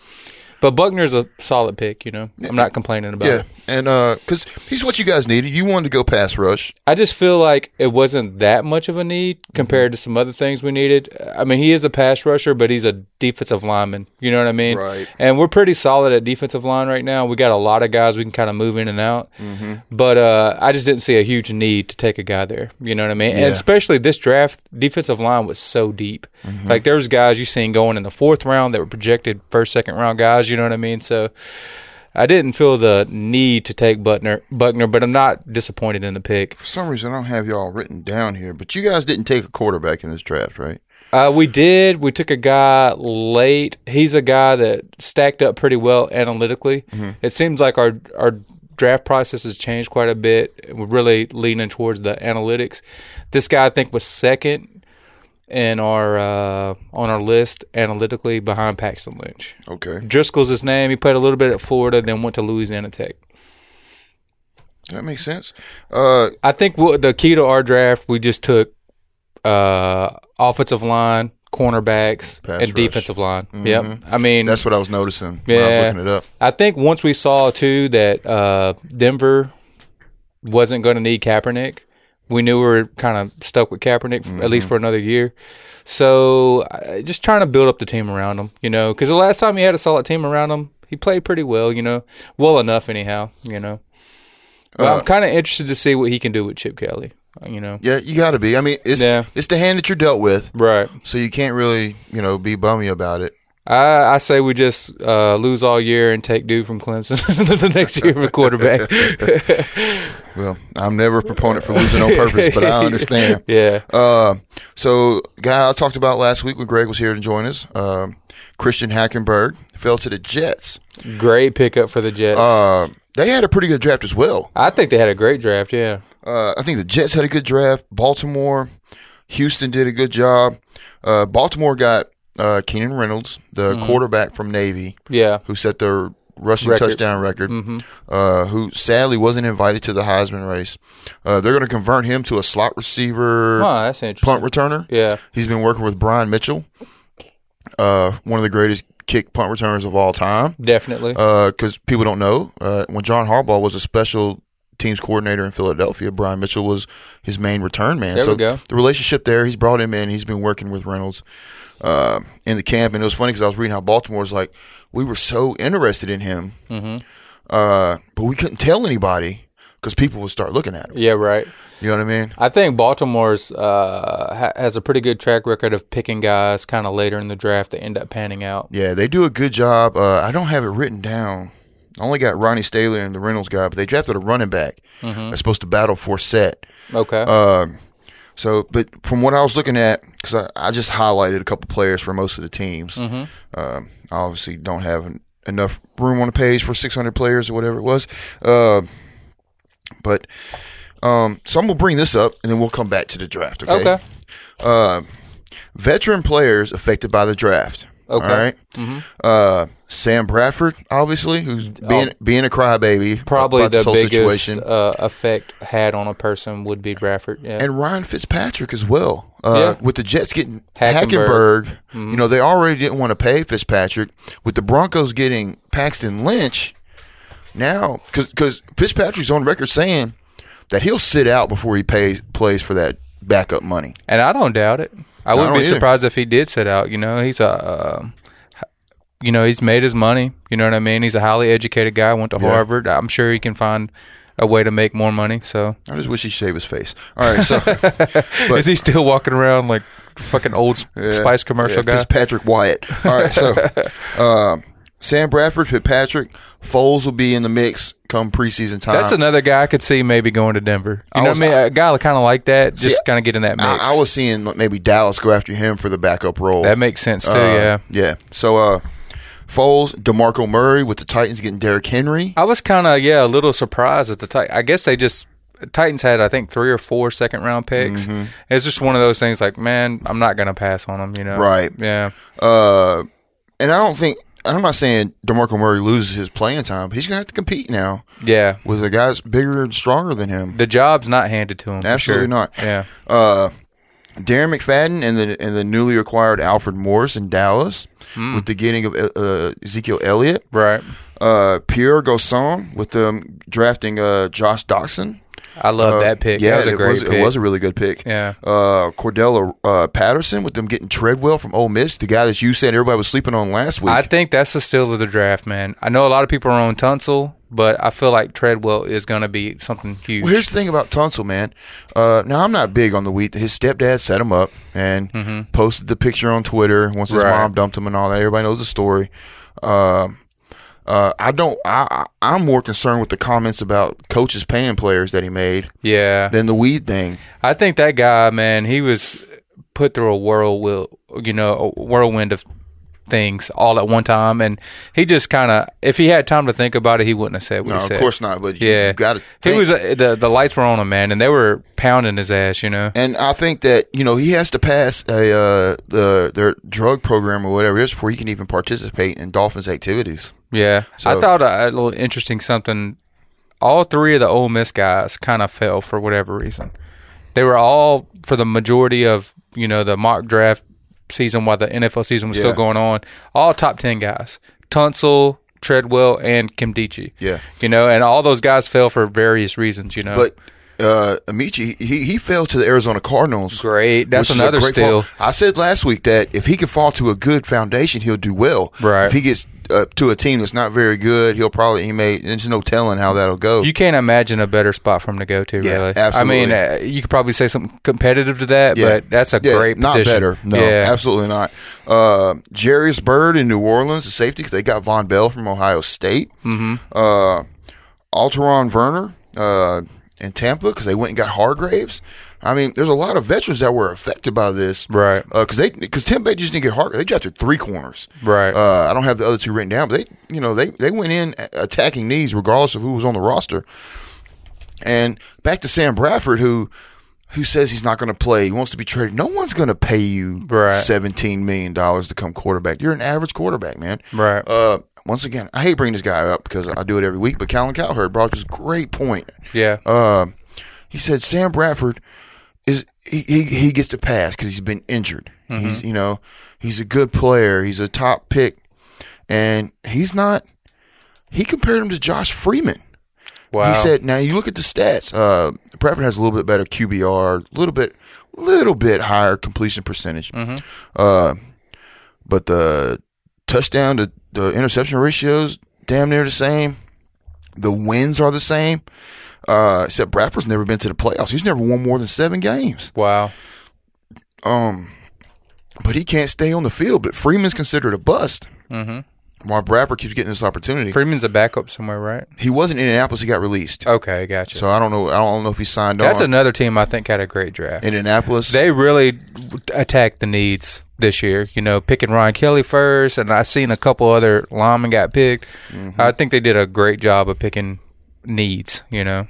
Speaker 5: But Buckner's a solid pick. You know, I'm not complaining about.
Speaker 3: yeah,
Speaker 5: it.
Speaker 3: and because he's what you guys needed. You wanted to go pass rush.
Speaker 5: I just feel like it wasn't that much of a need
Speaker 3: Mm-hmm.
Speaker 5: compared to some other things we needed. I mean, he is a pass rusher, but he's a defensive lineman. You know what I mean?
Speaker 3: Right.
Speaker 5: And we're pretty solid at defensive line right now. We got a lot of guys we can kind of move in and out.
Speaker 3: Mm-hmm.
Speaker 5: But uh, I just didn't see a huge need to take a guy there. You know what I mean?
Speaker 3: Yeah.
Speaker 5: And especially this draft, defensive line was so deep.
Speaker 3: Mm-hmm.
Speaker 5: Like there was guys you seen going in the fourth round that were projected first, second round guys. You know what I mean? So. I didn't feel the need to take Buckner, Buckner, but I'm not disappointed in the pick.
Speaker 3: For some reason, I don't have y'all written down here, but you guys didn't take a quarterback in this draft, right?
Speaker 5: Uh, we did. We took a guy late. He's a guy that stacked up pretty well analytically. It seems like our our draft process has changed quite a bit. We're really leaning towards the analytics. This guy I think was second in our uh, on our list analytically behind Paxton Lynch.
Speaker 3: Okay,
Speaker 5: Driscoll's his name. He played a little bit at Florida, then went to Louisiana Tech.
Speaker 3: that makes sense. Uh,
Speaker 5: I think what the key to our draft, we just took uh, offensive line,
Speaker 3: Pass
Speaker 5: cornerbacks, and
Speaker 3: rush. Mm-hmm.
Speaker 5: defensive line. Yep. I mean,
Speaker 3: that's what I was noticing when I
Speaker 5: Yeah.
Speaker 3: was looking it up.
Speaker 5: I think once we saw too that uh, Denver wasn't going to need Kaepernick, we knew we were kind of stuck with Kaepernick f at
Speaker 3: Mm-hmm.
Speaker 5: least for another year. So I- just trying to build up the team around him, you know, because the last time he had a solid team around him, he played pretty well, you know, well enough anyhow, you know. But
Speaker 3: Uh,
Speaker 5: I'm kind of interested to see what he can do with Chip Kelly, you know.
Speaker 3: Yeah, you got to be. I mean, it's
Speaker 5: Yeah.
Speaker 3: it's the hand that you're dealt with,
Speaker 5: Right.
Speaker 3: so you can't really you know be bummy about it.
Speaker 5: I, I say we just uh, lose all year and take dude from Clemson the next year for quarterback.
Speaker 3: Well, I'm never a proponent for losing on purpose, but I understand.
Speaker 5: yeah.
Speaker 3: Uh, so, guy I talked about last week when Greg was here to join us, um, Christian Hackenberg fell to the Jets.
Speaker 5: Great pickup for the Jets.
Speaker 3: Uh, they had a pretty good draft as well.
Speaker 5: I think they had a great draft. Yeah,
Speaker 3: Uh, I think the Jets had a good draft. Baltimore, Houston did a good job. Uh, Baltimore got uh, Keenan Reynolds, the
Speaker 5: Mm-hmm.
Speaker 3: quarterback from Navy,
Speaker 5: yeah,
Speaker 3: who set their rushing
Speaker 5: Record. Mm-hmm.
Speaker 3: touchdown record, uh, who sadly wasn't invited to the Heisman race. Uh, they're going to convert him to a slot receiver,
Speaker 5: oh, that's interesting.
Speaker 3: punt returner.
Speaker 5: yeah,
Speaker 3: He's been working with Brian Mitchell, uh, one of the greatest kick punt returners of all time.
Speaker 5: definitely.
Speaker 3: Uh, Because people don't know, uh, when John Harbaugh was a special teams coordinator in Philadelphia, Brian Mitchell was his main return man.
Speaker 5: There
Speaker 3: so
Speaker 5: we go.
Speaker 3: the relationship there, he's brought him in. He's been working with Reynolds uh, in the camp, and it was funny because I was reading how Baltimore's like we were so interested in him,
Speaker 5: Mm-hmm.
Speaker 3: uh, but we couldn't tell anybody because people would start looking at him.
Speaker 5: yeah, right.
Speaker 3: You know what I mean?
Speaker 5: I think Baltimore's uh, ha- has a pretty good track record of picking guys kind of later in the draft that end up panning out.
Speaker 3: Yeah, they do a good job. Uh, I don't have it written down. I only got Ronnie Staley and the Reynolds guy, but they drafted a running back that's supposed to battle for set.
Speaker 5: Okay,
Speaker 3: Um, so, but from what I was looking at, because I, I just highlighted a couple players for most of the teams. Um, I obviously don't have en- enough room on the page for 600 players or whatever it was. Uh, but um, so I'm gonna bring this up, and then we'll come back to the draft. Okay.
Speaker 5: okay,
Speaker 3: Uh, veteran players affected by the draft.
Speaker 5: Okay. Mm-hmm.
Speaker 3: All right? Uh, Sam Bradford, obviously, who's being being a crybaby.
Speaker 5: Oh. probably
Speaker 3: about
Speaker 5: the
Speaker 3: this whole
Speaker 5: biggest
Speaker 3: situation.
Speaker 5: uh, effect had on a person would be Bradford. Yeah,
Speaker 3: and Ryan Fitzpatrick as well. Uh,
Speaker 5: Yeah.
Speaker 3: With the Jets getting Hackenberg,
Speaker 5: Hackenberg. Mm-hmm.
Speaker 3: you know they already didn't want to pay Fitzpatrick. With the Broncos getting Paxton Lynch, now because Fitzpatrick's on record saying that he'll sit out before he pays plays for that backup money.
Speaker 5: And I don't doubt it. I wouldn't
Speaker 3: don't
Speaker 5: be
Speaker 3: either.
Speaker 5: surprised if he did sit out. You know, he's a, um, h- you know, he's made his money. You know what I mean? He's a highly educated guy. Went to Harvard. I'm sure he can find a way to make more money. So,
Speaker 3: I just wish he shaved his face. All right, so yeah,
Speaker 5: is he still walking around like fucking old s Spice commercial guy?
Speaker 3: Fitzpatrick Wyatt. All right, so um, Sam Bradford, Fitzpatrick, Foles will be in the mix come preseason time.
Speaker 5: That's another guy I could see maybe going to Denver. You
Speaker 3: I
Speaker 5: know
Speaker 3: was-
Speaker 5: what I mean? A guy kind of like that, just
Speaker 3: See,
Speaker 5: kind of get in that mix.
Speaker 3: I, I was seeing like, maybe Dallas go after him for the backup role.
Speaker 5: that makes sense too.
Speaker 3: Uh,
Speaker 5: yeah.
Speaker 3: yeah. So uh, Foles, Demarco Murray with the Titans getting Derrick Henry.
Speaker 5: I was kind of yeah a little surprised at the Titans. I guess they just Titans had I think three or four second round picks.
Speaker 3: Mm-hmm.
Speaker 5: It's just one of those things like man, I'm not gonna pass on them. You know,
Speaker 3: Right.
Speaker 5: Yeah,
Speaker 3: Uh, and I don't think I'm not saying Demarco Murray loses his playing time, but he's gonna have to compete now
Speaker 5: yeah.
Speaker 3: with the guys bigger and stronger than him.
Speaker 5: The job's not handed to him. for
Speaker 3: Absolutely
Speaker 5: sure.
Speaker 3: not.
Speaker 5: Yeah,
Speaker 3: Uh, Darren McFadden and the and the newly acquired Alfred Morris in Dallas
Speaker 5: Hmm.
Speaker 3: with the getting of uh, Ezekiel Elliott.
Speaker 5: right.
Speaker 3: Uh, Pierre Gosson with them drafting uh, Josh Dawson.
Speaker 5: I love
Speaker 3: Uh,
Speaker 5: that pick.
Speaker 3: Yeah,
Speaker 5: that was a
Speaker 3: it
Speaker 5: great
Speaker 3: was.
Speaker 5: pick.
Speaker 3: It was a really good pick.
Speaker 5: Yeah.
Speaker 3: Uh, Cordella uh, Patterson with them getting Treadwell from Ole Miss, the guy that you said everybody was sleeping on last week.
Speaker 5: I think that's the steal of the draft, man. I know a lot of people are on Tunsil, but I feel like Treadwell is going to be something huge.
Speaker 3: Well, here's the thing about Tunsil, man. Uh, now I'm not big on the wheat. His stepdad set him up and posted the picture on Twitter once his
Speaker 5: Mm-hmm. Right.
Speaker 3: mom dumped him and all that. Everybody knows the story. Um, uh, I don't. I, I I'm more concerned with the comments about coaches paying players that he made
Speaker 5: yeah,
Speaker 3: than the weed thing.
Speaker 5: I think that guy, man, he was put through a whirlwind, you know, a whirlwind of things all at one time, and he just kind of, if he had time to think about it, he wouldn't have said what
Speaker 3: No,
Speaker 5: he said.
Speaker 3: of course not. But you,
Speaker 5: Yeah,
Speaker 3: got to.
Speaker 5: He was uh, the the lights were on him, man, and they were pounding his ass. You know,
Speaker 3: And I think that you know he has to pass a uh, the their drug program or whatever it is before he can even participate in Dolphins activities.
Speaker 5: yeah. I
Speaker 3: So-
Speaker 5: thought a, a little interesting something. All three of the Ole Miss guys kind of fell for whatever reason. They were all for the majority of you know the mock draft season while the NFL season was
Speaker 3: Yeah.
Speaker 5: still going on. All top ten guys: Tunsil, Treadwell, and Kim Dichie.
Speaker 3: Yeah.
Speaker 5: you know, and all those guys fell for various reasons. You know,
Speaker 3: But uh, Amici, he he fell to the Arizona Cardinals.
Speaker 5: Great. That's
Speaker 3: which is a
Speaker 5: another
Speaker 3: great
Speaker 5: steal.
Speaker 3: fall. I said last week that if he can fall to a good foundation, he'll do well.
Speaker 5: Right.
Speaker 3: If he gets uh, to a team that's not very good, he'll probably he may. There's no telling how that'll go.
Speaker 5: You can't imagine a better spot for him to go to,
Speaker 3: Yeah,
Speaker 5: really.
Speaker 3: absolutely.
Speaker 5: I mean, uh, you could probably say something competitive to that,
Speaker 3: Yeah.
Speaker 5: but that's a
Speaker 3: Yeah,
Speaker 5: great
Speaker 3: not
Speaker 5: position.
Speaker 3: better. No,
Speaker 5: yeah.
Speaker 3: absolutely not. Uh, Jarius Bird in New Orleans, the safety. 'cause They got Von Bell from Ohio State. Mm-hmm. Uh, Alteron Werner uh, in Tampa because they went and got Hargraves. I mean, there's a lot of veterans that were affected by this,
Speaker 5: Right.
Speaker 3: Because they because Tampa Bay just didn't get hard. They drafted three corners,
Speaker 5: Right.
Speaker 3: Uh, I don't have the other two written down, but they you know they they went in a- attacking knees regardless of who was on the roster. And back to Sam Bradford, who who says he's not going to play, he wants to be traded. No one's going to pay you
Speaker 5: Right.
Speaker 3: seventeen million dollars to come quarterback. You're an average quarterback, man.
Speaker 5: Right.
Speaker 3: Uh, once again, I hate bringing this guy up because I do it every week, but Colin Cowherd brought up this great point.
Speaker 5: Yeah.
Speaker 3: Uh, he said Sam Bradford is he, he, he gets to pass because he's been injured. He's you know he's a good player. He's a top pick, and he's not. He compared him to Josh Freeman.
Speaker 5: wow.
Speaker 3: He said, "Now you look at the stats. Uh, Bradford has a little bit better QBR, a little bit, little bit higher completion percentage.
Speaker 5: Mm-hmm.
Speaker 3: Uh, but the touchdown to the interception ratios damn near the same. The wins are the same. Uh, except Bradford's never been to the playoffs. He's never won more than seven games.
Speaker 5: wow.
Speaker 3: Um, but he can't stay on the field. But Freeman's considered a bust. Mm-hmm. While Bradford keeps getting this opportunity,
Speaker 5: Freeman's a backup somewhere, right?
Speaker 3: he wasn't in Indianapolis. He got released.
Speaker 5: Okay, gotcha.
Speaker 3: So I don't know. I don't know if he signed
Speaker 5: Oh, that's
Speaker 3: on.
Speaker 5: another team I think had a great draft.
Speaker 3: Indianapolis.
Speaker 5: they really attacked the needs this year. You know, picking Ryan Kelly first, and I seen a couple other linemen got picked.
Speaker 3: Mm-hmm.
Speaker 5: I think they did a great job of picking needs. You know,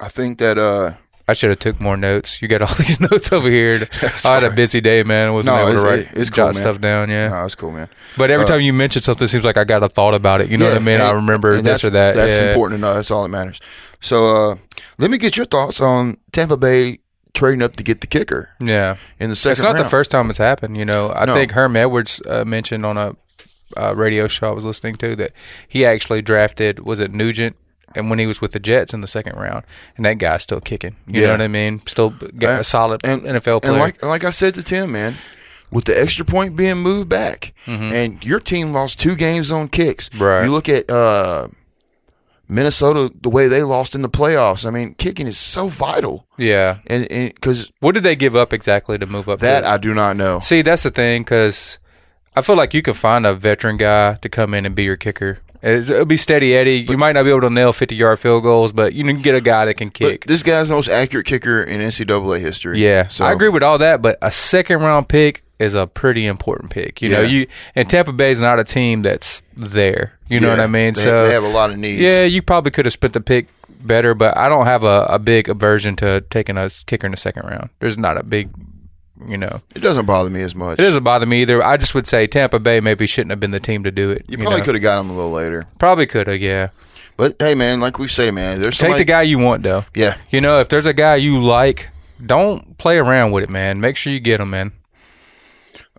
Speaker 3: I think that uh
Speaker 5: I should have took more notes. You got all these notes over here. I had a busy day, man. I wasn't
Speaker 3: No,
Speaker 5: able to
Speaker 3: it's-
Speaker 5: write
Speaker 3: it's cool, man.
Speaker 5: jot stuff down. Yeah,
Speaker 3: no, that's cool, man.
Speaker 5: but every time you mention something, it seems like I got a thought about it. You know what I mean? I
Speaker 3: and-
Speaker 5: remember
Speaker 3: and
Speaker 5: this
Speaker 3: that's-
Speaker 5: or that.
Speaker 3: That's
Speaker 5: yeah.
Speaker 3: important to know. That's all that matters. So uh let me get your thoughts on Tampa Bay trading up to get the kicker
Speaker 5: Yeah,
Speaker 3: in the second
Speaker 5: it's not the
Speaker 3: round.
Speaker 5: first time it's happened. You know, I
Speaker 3: No.
Speaker 5: think Herm Edwards uh, mentioned on a uh, radio show I was listening to that he actually drafted was it Nugent. And when he was with the Jets in the second round, and that guy's still kicking, you
Speaker 3: Yeah. Uh,
Speaker 5: know what I mean? Still got a solid NFL player.
Speaker 3: And like like I said to Tim, man, with the extra point being moved back, and your team lost two games on kicks.
Speaker 5: Mm-hmm. Right.
Speaker 3: You look at uh, Minnesota, the way they lost in the playoffs. I mean, kicking is so vital,
Speaker 5: yeah,
Speaker 3: and because
Speaker 5: what did they give up exactly to move up?
Speaker 3: that
Speaker 5: to?
Speaker 3: I do not know.
Speaker 5: See, that's the thing because I feel like you can find a veteran guy to come in and be your kicker. It's- It'll be steady Eddie. you might not be able to nail fifty yard field goals, but you can get a guy that can
Speaker 3: But
Speaker 5: kick.
Speaker 3: this guy's the most accurate kicker in NCAA history.
Speaker 5: Yeah,
Speaker 3: so
Speaker 5: I agree with all that, but a second round pick is a pretty important pick. You know,
Speaker 3: Yeah.
Speaker 5: you and Tampa Bay's not a team that's there. You know
Speaker 3: Yeah,
Speaker 5: what I mean?
Speaker 3: They,
Speaker 5: so
Speaker 3: they have a lot of needs.
Speaker 5: yeah, you probably could have spent the pick better, but I don't have a, a big aversion to taking a s- kicker in the second round. There's not a big, you know,
Speaker 3: it doesn't bother me as much.
Speaker 5: it doesn't bother me either. I just would say Tampa Bay maybe shouldn't have been the team to do it.
Speaker 3: You probably
Speaker 5: know?
Speaker 3: could have got him a little later,
Speaker 5: Probably could have, yeah.
Speaker 3: but hey, man, like we say, man, there's
Speaker 5: Take
Speaker 3: somebody-
Speaker 5: the guy you want though.
Speaker 3: Yeah,
Speaker 5: You know, if there's a guy you like, don't play around with it, man. Make sure you get him, man.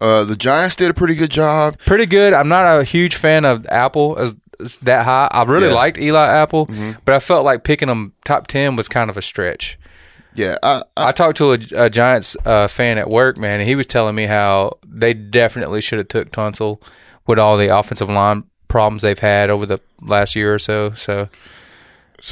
Speaker 3: uh, the Giants did a pretty good job.
Speaker 5: pretty good. I'm not a huge fan of Apple as, as that high. I really
Speaker 3: Yeah. Mm-hmm.
Speaker 5: liked Eli Apple, but I felt like picking him top ten was kind of a stretch.
Speaker 3: Yeah, I, I,
Speaker 5: I talked to a, a Giants uh, fan at work, man, and he was telling me how they definitely should have took Tunsil with all the offensive line problems they've had over the last year or so. So,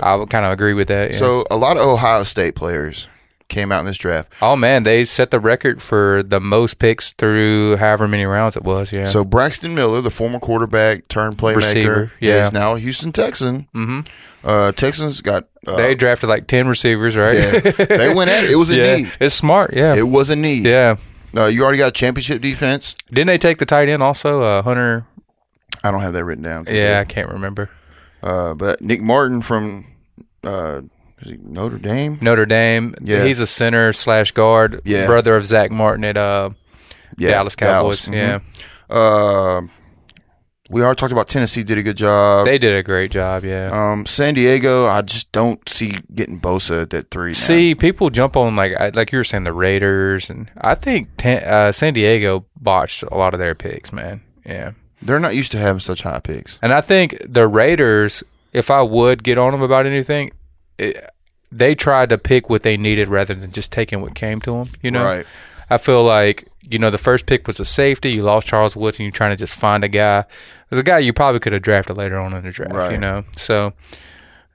Speaker 5: I would kind of agree with that. yeah.
Speaker 3: so a lot of Ohio State players came out in this draft.
Speaker 5: oh man, they set the record for the most picks through however many rounds it was. Yeah.
Speaker 3: So Braxton Miller, the former quarterback turned playmaker,
Speaker 5: Receiver, yeah.
Speaker 3: is now a Houston Texan. Mm-hmm. Uh, Texans got uh,
Speaker 5: they drafted like ten receivers, right?
Speaker 3: yeah, they went at it. It was a
Speaker 5: Yeah.
Speaker 3: need.
Speaker 5: It's smart. Yeah.
Speaker 3: It was a need.
Speaker 5: yeah.
Speaker 3: Uh, you already got a championship defense.
Speaker 5: Didn't they take the tight end also? Uh, Hunter.
Speaker 3: I don't have that written down.
Speaker 5: Yeah, I can't remember.
Speaker 3: Uh, but Nick Martin from uh, is he Notre Dame.
Speaker 5: Notre Dame.
Speaker 3: Yeah.
Speaker 5: He's a center slash guard.
Speaker 3: Yeah.
Speaker 5: Brother of Zach Martin at uh, Dallas Cowboys.
Speaker 3: mhm.
Speaker 5: Yeah.
Speaker 3: Um, we are talking about Tennessee did a good job.
Speaker 5: They did a great job. Yeah.
Speaker 3: um, San Diego, I just don't see getting Bosa at that three. now.
Speaker 5: See, people jump on like I- like you were saying the Raiders, and I think ten, uh, San Diego botched a lot of their picks, man. Yeah.
Speaker 3: they're not used to having such high picks.
Speaker 5: And I think the Raiders, if I would get on them about anything, it, they tried to pick what they needed rather than just taking what came to them. You know,
Speaker 3: Right.
Speaker 5: I feel like you know the first pick was a safety. You lost Charles Woods, and you're trying to just find a guy. There's a guy you probably could have drafted later on in the draft. You
Speaker 3: Right.
Speaker 5: know, so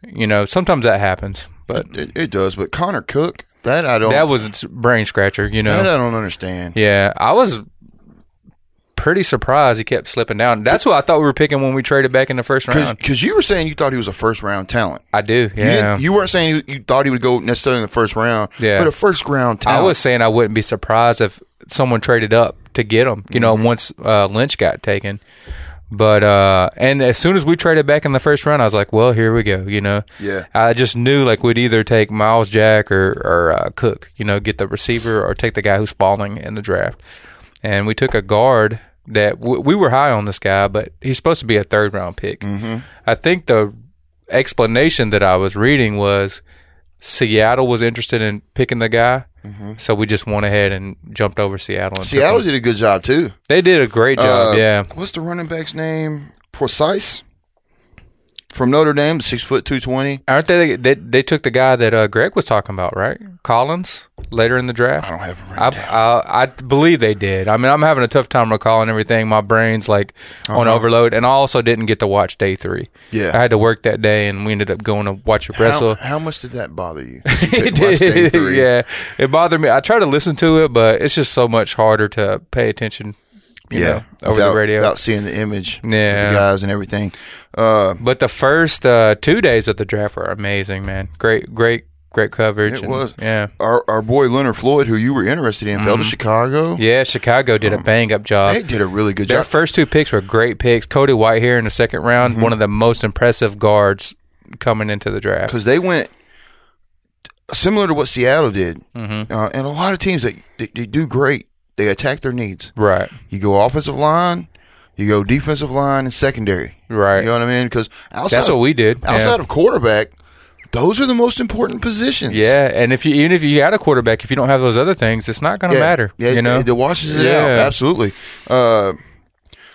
Speaker 5: you know sometimes that happens, but
Speaker 3: It, it does, but Connor Cook, that I don't,
Speaker 5: that was a s- brain scratcher. You know,
Speaker 3: that uh, I don't understand.
Speaker 5: yeah, I was pretty surprised he kept slipping down. That's what I thought we were picking when we traded back in the first round.
Speaker 3: Because you were saying you thought he was a first round talent.
Speaker 5: I do,
Speaker 3: You,
Speaker 5: yeah.
Speaker 3: didn't- you weren't saying you, you thought he would go necessarily in the first round.
Speaker 5: Yeah.
Speaker 3: But a first round
Speaker 5: I
Speaker 3: talent.
Speaker 5: was saying I wouldn't be surprised if someone traded up to get him. You know, once uh, Lynch got taken, but uh, and as soon as we traded back in the first round, I was like, "Well, here we go." You know,
Speaker 3: Yeah.
Speaker 5: I just knew like we'd either take Miles Jack or or uh, Cook. You know, get the receiver or take the guy who's falling in the draft. And we took a guard that w- we were high on this guy, but he's supposed to be a third round pick. Mm-hmm. I think the explanation that I was reading was Seattle was interested in picking the guy, so we just went ahead and jumped over Seattle. And took
Speaker 3: Mm-hmm. Seattle
Speaker 5: him.
Speaker 3: did a good job too.
Speaker 5: they did a great job.
Speaker 3: Uh,
Speaker 5: yeah,
Speaker 3: What's the running back's name? Precise from Notre Dame, six foot two twenty.
Speaker 5: aren't they? They they took the guy that uh, Greg was talking about, right? Collins later in the draft.
Speaker 3: I don't have him.
Speaker 5: I,
Speaker 3: Right
Speaker 5: I I believe they did. I mean, I'm having a tough time recalling everything. My brain's like on overload, and I also didn't get to watch day three.
Speaker 3: Uh-huh. Yeah.
Speaker 5: I had to work that day, and we ended up going to watch a
Speaker 3: how,
Speaker 5: wrestle.
Speaker 3: how much did that bother you?
Speaker 5: it
Speaker 3: Watch day
Speaker 5: did.
Speaker 3: three.
Speaker 5: Yeah, it bothered me. I try to listen to it, but it's just so much harder to pay attention. You
Speaker 3: yeah.
Speaker 5: know, over
Speaker 3: without,
Speaker 5: the radio.
Speaker 3: without seeing the image, of
Speaker 5: Yeah.
Speaker 3: the guys and everything. Uh,
Speaker 5: But the first uh, two days of the draft were amazing, man. Great, great, great coverage.
Speaker 3: It
Speaker 5: and-
Speaker 3: was.
Speaker 5: Yeah. Mm-hmm.
Speaker 3: our our boy Leonard Floyd, who you were interested in, fell to Chicago.
Speaker 5: Yeah, Chicago
Speaker 3: Um,
Speaker 5: did a bang up job.
Speaker 3: They did a really good
Speaker 5: Their
Speaker 3: job.
Speaker 5: first two picks were great picks. Cody Whitehair in the second round,
Speaker 3: Mm-hmm.
Speaker 5: one of the most impressive guards coming into the draft.
Speaker 3: because they went similar to what Seattle did,
Speaker 5: Mm-hmm.
Speaker 3: uh, and a lot of teams that they, they do great. They attack their needs.
Speaker 5: Right.
Speaker 3: You go offensive line, you go defensive line, and secondary.
Speaker 5: Right.
Speaker 3: You know what I mean? Because outside
Speaker 5: That's what we did. Yeah.
Speaker 3: outside of quarterback, those are the most important positions.
Speaker 5: Yeah, and if you even if you had a quarterback, if you don't have those other things, it's not going to
Speaker 3: Yeah,
Speaker 5: matter.
Speaker 3: Yeah,
Speaker 5: you know.
Speaker 3: it, it washes it out.
Speaker 5: Yeah.
Speaker 3: Absolutely. Uh,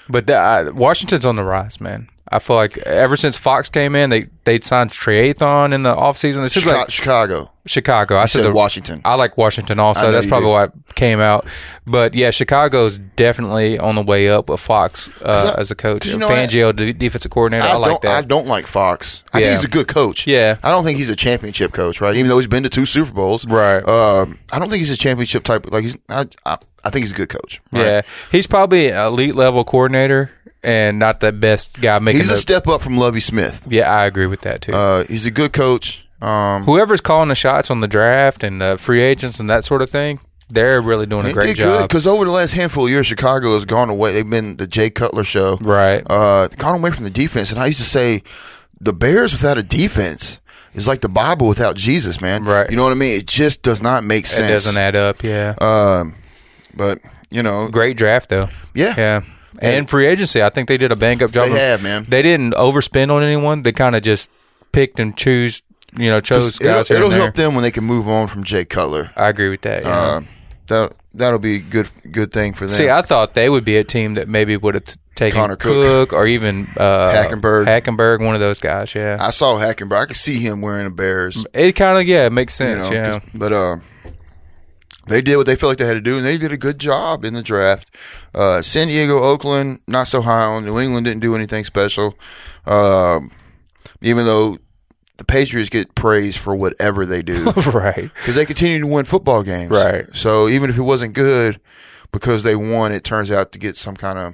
Speaker 5: But the, uh, Washington's on the rise, man. I feel like ever since Fox came in, they they signed Treathon in the offseason. This is
Speaker 3: Chica-
Speaker 5: like
Speaker 3: Chicago.
Speaker 5: Chicago. I
Speaker 3: said
Speaker 5: the-
Speaker 3: Washington.
Speaker 5: I like Washington
Speaker 3: I
Speaker 5: also.
Speaker 3: know
Speaker 5: That's
Speaker 3: you
Speaker 5: probably
Speaker 3: do.
Speaker 5: why it came out. But yeah, Chicago's definitely on the way up with Fox uh,
Speaker 3: I-
Speaker 5: as a coach.
Speaker 3: 'cause you know,
Speaker 5: Fangio, de- defensive coordinator. I, like
Speaker 3: don't, I
Speaker 5: that.
Speaker 3: don't like Fox. I
Speaker 5: Yeah.
Speaker 3: think he's a good coach.
Speaker 5: Yeah.
Speaker 3: I don't think he's a championship coach, right? Even though he's been to two Super Bowls,
Speaker 5: Right.
Speaker 3: Um, I don't think he's a championship type. Like he's, I, I, I think he's a good coach. right?
Speaker 5: Yeah, he's probably an elite level coordinator. and not the best guy making
Speaker 3: He's
Speaker 5: the.
Speaker 3: a step up from Lovey Smith.
Speaker 5: yeah, I agree with that too.
Speaker 3: Uh, he's a good coach. Um,
Speaker 5: Whoever's calling the shots on the draft and the free agents and that sort of thing, they're really doing a
Speaker 3: They
Speaker 5: great
Speaker 3: did good
Speaker 5: job.
Speaker 3: because over the last handful of years, Chicago has gone away. They've been the Jay Cutler show,
Speaker 5: Right.
Speaker 3: Uh, gone away from the defense. And I used to say, the Bears without a defense is like the Bible without Jesus, man.
Speaker 5: Right.
Speaker 3: You know what I mean? It just does not make
Speaker 5: It
Speaker 3: sense.
Speaker 5: doesn't add up. Yeah,
Speaker 3: Um, but you know,
Speaker 5: great draft though.
Speaker 3: Yeah.
Speaker 5: yeah.
Speaker 3: And-
Speaker 5: And free agency, I think they did a bang up job.
Speaker 3: They
Speaker 5: of-
Speaker 3: have, man.
Speaker 5: They didn't overspend on anyone. They kind of just picked and choose, you know, chose
Speaker 3: it'll,
Speaker 5: guys. here
Speaker 3: it'll
Speaker 5: and there.
Speaker 3: help them when they can move on from Jay Cutler.
Speaker 5: I agree with that. yeah.
Speaker 3: Uh, that that'll be a good good thing for them.
Speaker 5: See, I thought they would be a team that maybe would have t- taken
Speaker 3: Connor Cook.
Speaker 5: Cook, or even uh,
Speaker 3: Hackenberg.
Speaker 5: Hackenberg, one of those guys. Yeah,
Speaker 3: I saw Hackenberg. I could see him wearing a Bears.
Speaker 5: it kind of yeah it makes
Speaker 3: you
Speaker 5: sense.
Speaker 3: know,
Speaker 5: yeah,
Speaker 3: 'cause- But uh, they did what they felt like they had to do, and they did a good job in the draft. Uh, San Diego, Oakland, not so high on. New England didn't do anything special, Um even though the Patriots get praised for whatever they do
Speaker 5: right.
Speaker 3: because they continue to win football games.
Speaker 5: Right.
Speaker 3: So even if it wasn't good, because they won, it turns out to get some kind of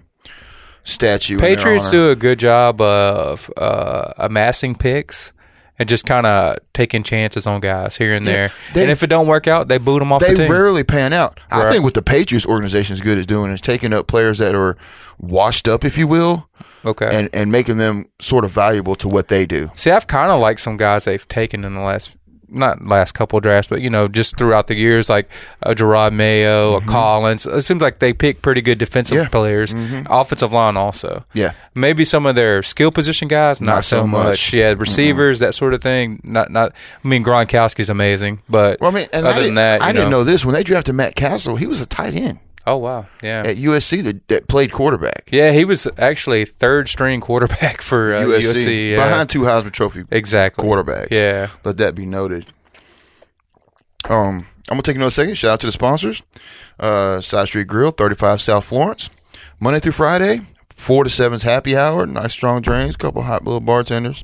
Speaker 3: statue. in their
Speaker 5: Patriots
Speaker 3: honor.
Speaker 5: do a good job of uh, amassing picks and just kind of taking chances on guys here and there.
Speaker 3: they-
Speaker 5: and if it don't work out, they boot them off
Speaker 3: they
Speaker 5: the team.
Speaker 3: rarely pan out. I
Speaker 5: Right.
Speaker 3: think what the Patriots organization is good at doing is taking up players that are washed up, if you will,
Speaker 5: okay.
Speaker 3: and, and making them sort of valuable to what they do.
Speaker 5: See, I've kind of liked some guys they've taken in the last, not last couple drafts, but you know, just throughout the years, like a Gerard Mayo, a Collins. It seems like they pick pretty good defensive
Speaker 3: Mm-hmm. Yeah. Mm-hmm.
Speaker 5: players, offensive line also.
Speaker 3: Yeah.
Speaker 5: maybe some of their skill position guys, not, so, much. Yeah, receivers, that sort of thing. Not, not. I mean, Gronkowski's amazing, but
Speaker 3: Well, I mean, and
Speaker 5: other
Speaker 3: I
Speaker 5: than
Speaker 3: didn't,
Speaker 5: that,
Speaker 3: I
Speaker 5: you
Speaker 3: didn't know this when they drafted Matt Castle. He was a tight end
Speaker 5: Oh wow, yeah,
Speaker 3: at USC that, that played quarterback.
Speaker 5: yeah. He was actually third string quarterback for uh, USC, yeah.
Speaker 3: behind two Heisman Trophy
Speaker 5: exactly
Speaker 3: quarterbacks.
Speaker 5: Yeah,
Speaker 3: Let that be noted. Um, I'm gonna take another second. Shout out to the sponsors. Uh, Side Street Grill, 35 South Florence, Monday through Friday, four to seven's happy hour. Nice strong drinks, couple hot little bartenders.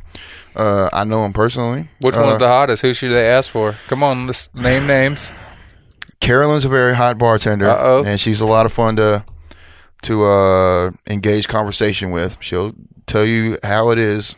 Speaker 3: Uh, I know them personally.
Speaker 5: Which
Speaker 3: uh,
Speaker 5: one's the hottest? Who should they ask for? Come on, let's name names.
Speaker 3: Carolyn's a very hot bartender,
Speaker 5: Uh-oh.
Speaker 3: and she's a lot of fun to to uh, engage conversation with. She'll tell you how it is.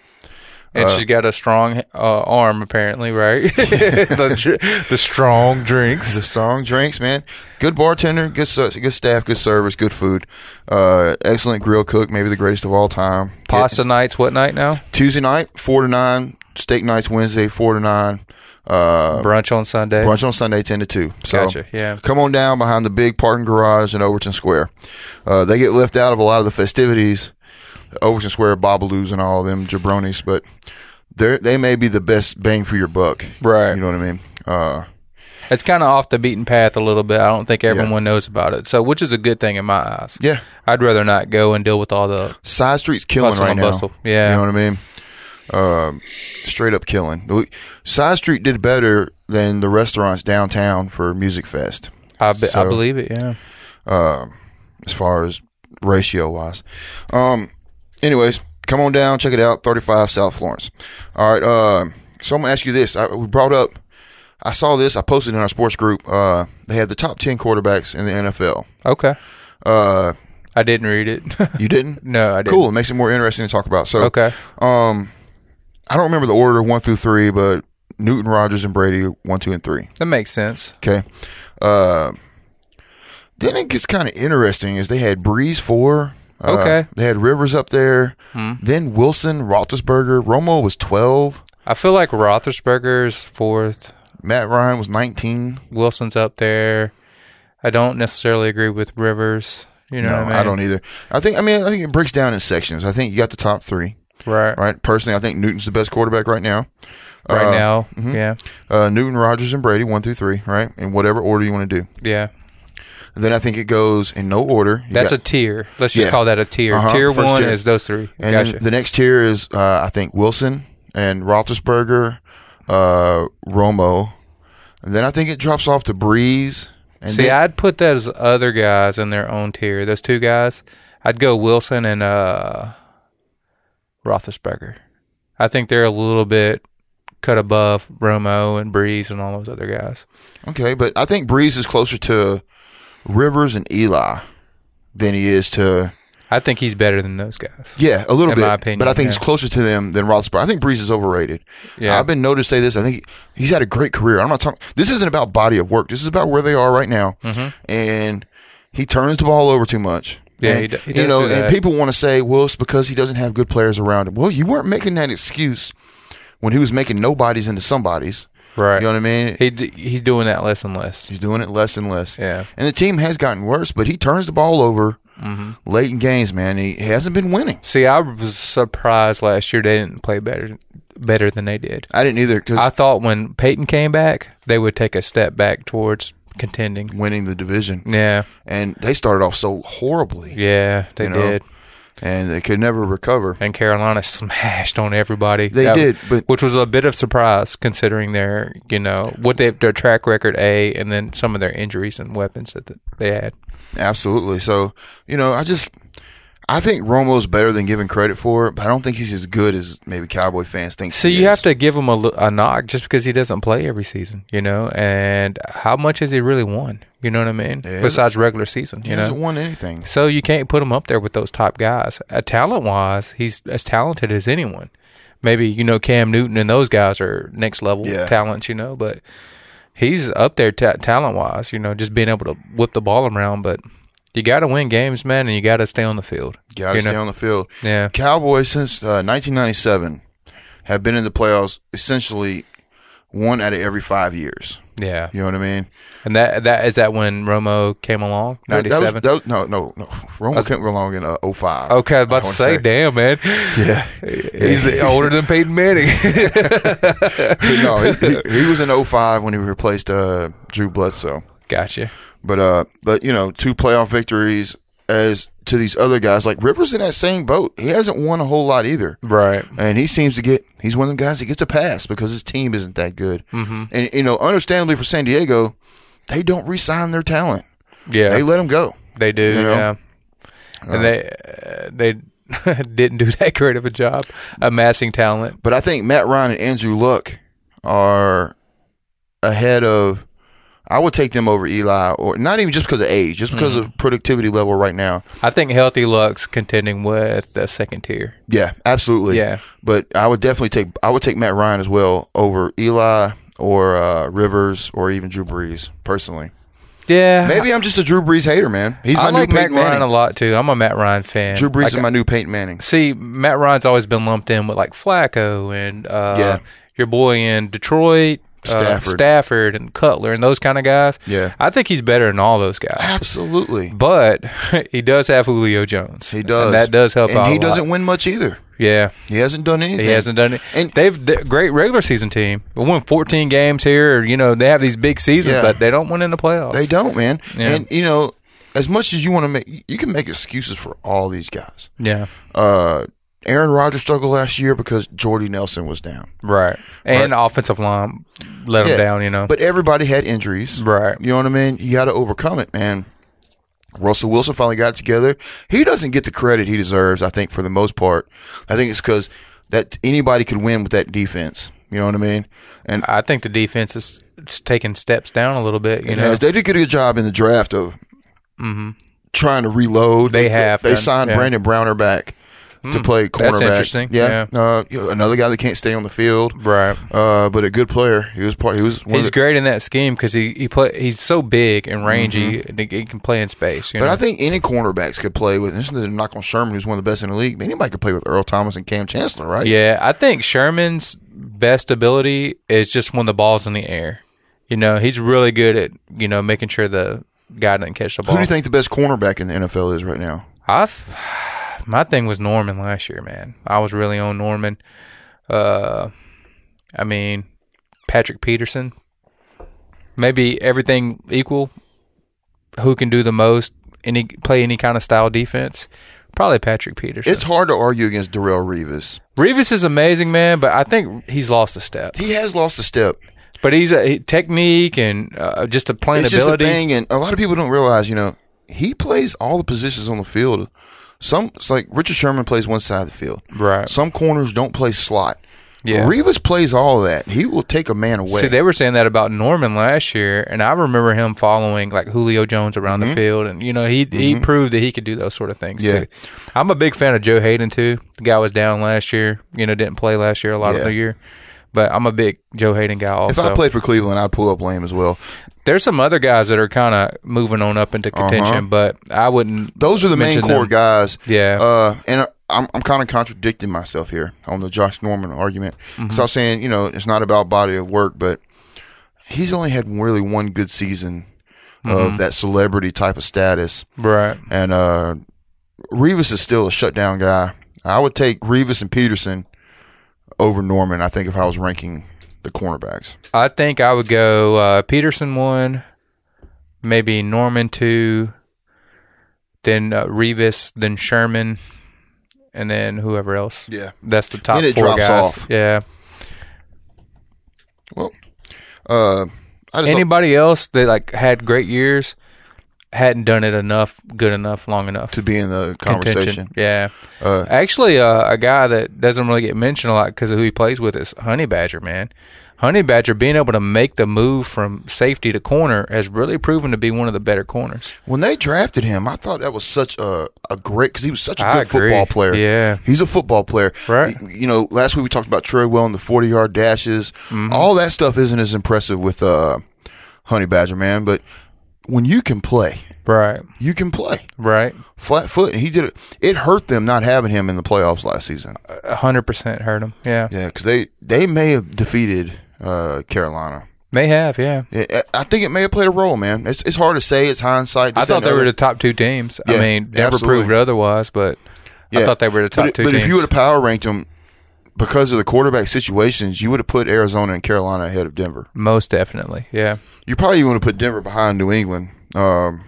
Speaker 5: And she's got a strong uh, arm, apparently, right? the, dr- the strong
Speaker 3: The
Speaker 5: drinks.
Speaker 3: strong drinks, man. Good bartender, good ser- good staff, good service, good food. Uh, excellent grill cook, maybe the greatest of all time.
Speaker 5: Pasta nights, what night now?
Speaker 3: Tuesday night, four to nine. Steak nights Wednesday, four to nine. Uh,
Speaker 5: Brunch on Sunday.
Speaker 3: brunch on Sunday, ten to two. So
Speaker 5: Gotcha, yeah.
Speaker 3: come on down behind the big parking garage in Overton Square. Uh, they get left out of a lot of the festivities. Overton Square, Bobaloo's, and all them jabronis, but they they may be the best bang for your buck.
Speaker 5: Right.
Speaker 3: You know what I mean? Uh,
Speaker 5: It's kind of off the beaten path a little bit. I don't think everyone knows about it. So, which is a good thing in my eyes.
Speaker 3: yeah.
Speaker 5: I'd rather not go and deal with all the.
Speaker 3: side streets killing
Speaker 5: Hustle
Speaker 3: right
Speaker 5: and
Speaker 3: now.
Speaker 5: bustle. Yeah.
Speaker 3: you know what I mean. Um, straight up killing. We- Side street did better than the restaurants downtown for Music Fest,
Speaker 5: I, be, I
Speaker 3: So-
Speaker 5: believe it, yeah.
Speaker 3: as far as ratio wise. Um, anyways, come on down, check it out. Thirty five South Florence. All right. Uh, so I'm gonna ask you this. I, we brought up. I saw this. I posted in our sports group. Uh, they had the top ten quarterbacks in the NFL.
Speaker 5: Okay.
Speaker 3: Uh,
Speaker 5: I didn't read it.
Speaker 3: you didn't?
Speaker 5: No, I didn't.
Speaker 3: Cool. It makes it more interesting to talk about. So
Speaker 5: okay.
Speaker 3: Um, I don't remember the order one through three, but Newton, Rogers, and Brady one, two, and three.
Speaker 5: That makes sense.
Speaker 3: Okay. Uh, then it gets kind of interesting is they had Breeze four. Uh,
Speaker 5: Okay. Hmm.
Speaker 3: They had Rivers up there. Then Wilson, Roethlisberger, Romo was twelve.
Speaker 5: I feel like Roethlisberger's fourth.
Speaker 3: Matt Ryan was nineteen.
Speaker 5: Wilson's up there. I don't necessarily agree with Rivers. You know,
Speaker 3: No,
Speaker 5: what I, mean?
Speaker 3: I don't either. I think. I mean, I think it breaks down in sections. I think you got the top three,
Speaker 5: Right, right,
Speaker 3: e-, right? Personally, I think Newton's the best quarterback right now. Uh,
Speaker 5: now. Yeah,
Speaker 3: uh, Newton, Rogers, and Brady one through three, right? In whatever order you want to do.
Speaker 5: yeah.
Speaker 3: And then I think it goes in no order. You
Speaker 5: That's
Speaker 3: got-
Speaker 5: a tier. Let's just
Speaker 3: Yeah.
Speaker 5: call that a tier.
Speaker 3: Uh-huh,
Speaker 5: Tier
Speaker 3: first
Speaker 5: one
Speaker 3: tier.
Speaker 5: is those three.
Speaker 3: and then
Speaker 5: gotcha.
Speaker 3: the next tier is uh, I think Wilson and Roethlisberger, uh, Romo, and then I think it drops off to Breeze. And
Speaker 5: See,
Speaker 3: then,
Speaker 5: I'd put those other guys in their own tier. Those two guys, I'd go Wilson and uh, Roethlisberger. I think they're a little bit cut above Romo and Breeze and all those other guys.
Speaker 3: okay, but I think Breeze is closer to Rivers and Eli than he is to
Speaker 5: I think he's better than those guys.
Speaker 3: Yeah, a little
Speaker 5: In
Speaker 3: bit.
Speaker 5: my opinion,
Speaker 3: but I think
Speaker 5: yeah.
Speaker 3: he's closer to them than Roethlisberger. I think Breeze is overrated.
Speaker 5: Yeah.
Speaker 3: I've been known to say this. I think he- he's had a great career. I'm not talking. This isn't about body of work. This is about where they are right now.
Speaker 5: Mm-hmm.
Speaker 3: And he turns the ball over too much.
Speaker 5: Yeah,
Speaker 3: And,
Speaker 5: he d- he
Speaker 3: you
Speaker 5: does
Speaker 3: know,
Speaker 5: do
Speaker 3: and
Speaker 5: that.
Speaker 3: people want to say, well, it's because he doesn't have good players around him. Well, you weren't making that excuse when he was making nobodies into somebodies.
Speaker 5: Right.
Speaker 3: You know what I mean?
Speaker 5: He d- he's doing that less and less.
Speaker 3: He's doing it less and less.
Speaker 5: Yeah.
Speaker 3: And the team has gotten worse, but he turns the ball over
Speaker 5: Mm-hmm.
Speaker 3: late in games, man. He hasn't been winning.
Speaker 5: See, I was surprised last year they didn't play better better than they did.
Speaker 3: I didn't either because
Speaker 5: I thought when Peyton came back, they would take a step back towards contending.
Speaker 3: winning the division.
Speaker 5: Yeah,
Speaker 3: and they started off so horribly,
Speaker 5: yeah, they
Speaker 3: You know?
Speaker 5: did.
Speaker 3: and they could never recover.
Speaker 5: And Carolina smashed on everybody.
Speaker 3: They did, but-
Speaker 5: which was a bit of surprise considering their, you know, what they their track record a, and then some of their injuries and weapons that th- they had.
Speaker 3: Absolutely. So you know, I just I think Romo's better than given credit for, but I don't think he's as good as maybe Cowboy fans think.
Speaker 5: So
Speaker 3: he
Speaker 5: you
Speaker 3: is.
Speaker 5: have to give him a, l- a knock just because he doesn't play every season, you know. And how much has he really won? You know what I mean?
Speaker 3: Yeah.
Speaker 5: Besides regular season, you
Speaker 3: He
Speaker 5: know.
Speaker 3: hasn't won anything.
Speaker 5: So you can't put him up there with those top guys. Uh, talent wise, he's as talented as anyone. Maybe you know Cam Newton and those guys are next level
Speaker 3: Yeah.
Speaker 5: talents, you know, but he's up there ta talent wise. You know, just being able to whip the ball around. But you got to win games, man, and you got to stay on the field.
Speaker 3: Got to
Speaker 5: you
Speaker 3: stay
Speaker 5: know?
Speaker 3: on the field.
Speaker 5: Yeah.
Speaker 3: Cowboys since uh, 1997 have been in the playoffs essentially one out of every five years.
Speaker 5: Yeah,
Speaker 3: You know what I mean?
Speaker 5: and that that is that when Romo came along
Speaker 3: That-
Speaker 5: ninety
Speaker 3: that was-
Speaker 5: seven.
Speaker 3: that was- No, no, no. Romo came along in uh, 05.
Speaker 5: Okay,
Speaker 3: I
Speaker 5: I was about to
Speaker 3: wanna
Speaker 5: say,
Speaker 3: say.
Speaker 5: damn man,
Speaker 3: Yeah.
Speaker 5: he's older than Peyton Manning.
Speaker 3: no, he, he, he was in 05 when he replaced uh, Drew Bledsoe.
Speaker 5: gotcha.
Speaker 3: But uh, but you know, two playoff victories as to these other guys. Like Rivers in that same boat. He hasn't won a whole lot either,
Speaker 5: Right.
Speaker 3: and he seems to get. He's one of them guys that gets a pass because his team isn't that good. Mm-hmm. And you know, understandably for San Diego, they don't re-sign their talent.
Speaker 5: Yeah.
Speaker 3: They let him go.
Speaker 5: They do,
Speaker 3: You know?
Speaker 5: yeah. And they uh, they didn't do that great of a job amassing talent.
Speaker 3: But I think Matt Ryan and Andrew Luck are ahead of. I would take them over Eli, or not even just because of age, just because
Speaker 5: Mm-hmm.
Speaker 3: of productivity level right now.
Speaker 5: I think healthy Lux contending with the second tier.
Speaker 3: Yeah, absolutely.
Speaker 5: Yeah.
Speaker 3: but I would definitely take I would take Matt Ryan as well over Eli or uh, Rivers or even Drew Brees personally.
Speaker 5: Yeah,
Speaker 3: Maybe I'm just a Drew Brees hater, man. He's my
Speaker 5: I like
Speaker 3: new
Speaker 5: Matt
Speaker 3: Peyton
Speaker 5: Ryan
Speaker 3: Manning.
Speaker 5: a lot too. I'm a Matt Ryan fan.
Speaker 3: Drew Brees
Speaker 5: Like,
Speaker 3: is my new Peyton Manning.
Speaker 5: see, Matt Ryan's always been lumped in with like Flacco and uh,
Speaker 3: Yeah.
Speaker 5: your boy in Detroit. uh,
Speaker 3: Stafford.
Speaker 5: Stafford and Cutler and those kind of guys.
Speaker 3: Yeah.
Speaker 5: I think he's better than all those guys.
Speaker 3: Absolutely,
Speaker 5: But he does have Julio Jones.
Speaker 3: he does.
Speaker 5: And that does help
Speaker 3: and
Speaker 5: out.
Speaker 3: he
Speaker 5: a lot.
Speaker 3: doesn't win much either.
Speaker 5: Yeah.
Speaker 3: He hasn't done anything.
Speaker 5: He hasn't done it.
Speaker 3: And-
Speaker 5: And they've the great regular season team. They won 14 games here. You know, they have these big seasons,
Speaker 3: Yeah.
Speaker 5: but they don't win in the playoffs.
Speaker 3: They don't, man.
Speaker 5: Yeah.
Speaker 3: And you know, as much as you want to make, you can make excuses for all these guys.
Speaker 5: Yeah.
Speaker 3: Uh, Aaron Rodgers struggled last year because Jordy Nelson was down.
Speaker 5: Right. And the offensive line let them
Speaker 3: Yeah.
Speaker 5: down, you know.
Speaker 3: But everybody had injuries.
Speaker 5: Right.
Speaker 3: You know what I mean? You got to overcome it, man. Russell Wilson finally got it together. He doesn't get the credit he deserves, I think, for the most part. I think it's because that anybody could win with that defense. You know what I mean? And
Speaker 5: I think the defense is is taking steps down a little bit, you
Speaker 3: you know,
Speaker 5: know. Mm-hmm.
Speaker 3: they did get a good job in the draft of trying to reload.
Speaker 5: They have
Speaker 3: They
Speaker 5: done,
Speaker 3: signed
Speaker 5: yeah. Mm.
Speaker 3: Brandon Browner back to play cornerback.
Speaker 5: interesting.
Speaker 3: Yeah. Uh, you know, another guy that can't stay on the field.
Speaker 5: Right.
Speaker 3: Uh, but a good player. He was part. He was. One of
Speaker 5: He's
Speaker 3: the-
Speaker 5: great in that scheme because he, he play, he's so big and rangy and he, he can play in space. You
Speaker 3: Mm-hmm. But
Speaker 5: know?
Speaker 3: I think any cornerbacks could play with. This is a knock on Sherman, who's one of the best in the league. Anybody could play with Earl Thomas and Cam Chancellor, right?
Speaker 5: Yeah, I think Sherman's best ability is just when the ball's in the air. You know, he's really good at you know making sure the guy doesn't catch the ball.
Speaker 3: Who do you think the best cornerback in the NFL is right now?
Speaker 5: I've my thing was Norman last year, man. I was really on Norman. Uh, I mean Patrick Peterson. Maybe everything equal. Who can do the most? Any play any kind of style defense? Probably Patrick Peterson.
Speaker 3: It's hard to argue against Darrell Revis.
Speaker 5: Revis is amazing, man, but I think he's lost a step.
Speaker 3: He has lost a step.
Speaker 5: But he's a he- technique and uh, just a playing
Speaker 3: It's just a
Speaker 5: ability.
Speaker 3: thing, and a lot of people don't realize. You know, he plays all the positions on the field. Some it's like Richard Sherman plays one side of the field.
Speaker 5: Right.
Speaker 3: Some corners don't play slot.
Speaker 5: Yeah.
Speaker 3: Revis plays all that. He will take a man away.
Speaker 5: See, they were saying that about Norman last year, and I remember him following like Julio Jones around the field, and you know he he proved that he could do those sort of things.
Speaker 3: Mm-hmm. Yeah.
Speaker 5: too. I'm a big fan of Joe Hayden too. The guy was down last year, you know, didn't play last year a lot
Speaker 3: Yeah.
Speaker 5: of the year, but I'm a big Joe Hayden guy
Speaker 3: if
Speaker 5: also.
Speaker 3: I played for Cleveland, I'd pull up Lame as well.
Speaker 5: There's some other guys that are kind of moving on up into
Speaker 3: Uh-huh.
Speaker 5: contention, but I wouldn't.
Speaker 3: Those are the main
Speaker 5: mention
Speaker 3: core
Speaker 5: them.
Speaker 3: guys.
Speaker 5: Yeah.
Speaker 3: Uh, and uh, I'm, I'm kind of contradicting myself here on the Josh Norman argument.
Speaker 5: Mm-hmm.
Speaker 3: So I was saying, you know, it's not about body of work, but he's only had really one good season
Speaker 5: Mm-hmm.
Speaker 3: of that celebrity type of status.
Speaker 5: Right.
Speaker 3: And uh, Revis is still a shutdown guy. I would take Revis and Peterson over Norman, I think, if I was ranking the cornerbacks.
Speaker 5: I think I would go uh, Peterson one, maybe Norman two, then uh, Revis, then Sherman, and then whoever else.
Speaker 3: Yeah.
Speaker 5: That's the top
Speaker 3: Then it
Speaker 5: four
Speaker 3: drops
Speaker 5: guys.
Speaker 3: off.
Speaker 5: Yeah.
Speaker 3: Well, uh, I just
Speaker 5: Anybody else that like had great years hadn't done it enough, good enough, long enough
Speaker 3: to be in the
Speaker 5: Contention.
Speaker 3: conversation.
Speaker 5: Yeah.
Speaker 3: Uh,
Speaker 5: Actually, uh, a guy that doesn't really get mentioned a lot because of who he plays with is Honey Badger, man. Honey Badger being able to make the move from safety to corner has really proven to be one of the better corners.
Speaker 3: When they drafted him, I thought that was such a, a great because he was such a
Speaker 5: I
Speaker 3: good
Speaker 5: agree.
Speaker 3: football player.
Speaker 5: Yeah.
Speaker 3: he's a football player.
Speaker 5: Right.
Speaker 3: Y- You know, last week we talked about Troy Well and the forty yard dashes.
Speaker 5: Mm-hmm.
Speaker 3: All that stuff isn't as impressive with uh, Honey Badger man, but when you can play,
Speaker 5: Right.
Speaker 3: you can play
Speaker 5: Right.
Speaker 3: flat foot, and he did it. It hurt them not having him in the playoffs last season.
Speaker 5: A hundred percent hurt him. Yeah.
Speaker 3: Yeah, because they they may have defeated uh, Carolina.
Speaker 5: May have. Yeah.
Speaker 3: Yeah, I- I think it may have played a role, man. It's it's hard to say. It's hindsight.
Speaker 5: I
Speaker 3: this, that,
Speaker 5: thought
Speaker 3: and
Speaker 5: they
Speaker 3: the
Speaker 5: were
Speaker 3: other.
Speaker 5: the top two teams. I
Speaker 3: Yeah,
Speaker 5: mean, never
Speaker 3: absolutely.
Speaker 5: proved otherwise, but I
Speaker 3: Yeah.
Speaker 5: thought they were the top
Speaker 3: but,
Speaker 5: two
Speaker 3: But
Speaker 5: teams.
Speaker 3: if you would have power ranked them because of the quarterback situations, you would have put Arizona and Carolina ahead of Denver.
Speaker 5: Most definitely. Yeah.
Speaker 3: You probably want to put Denver behind New England. Um,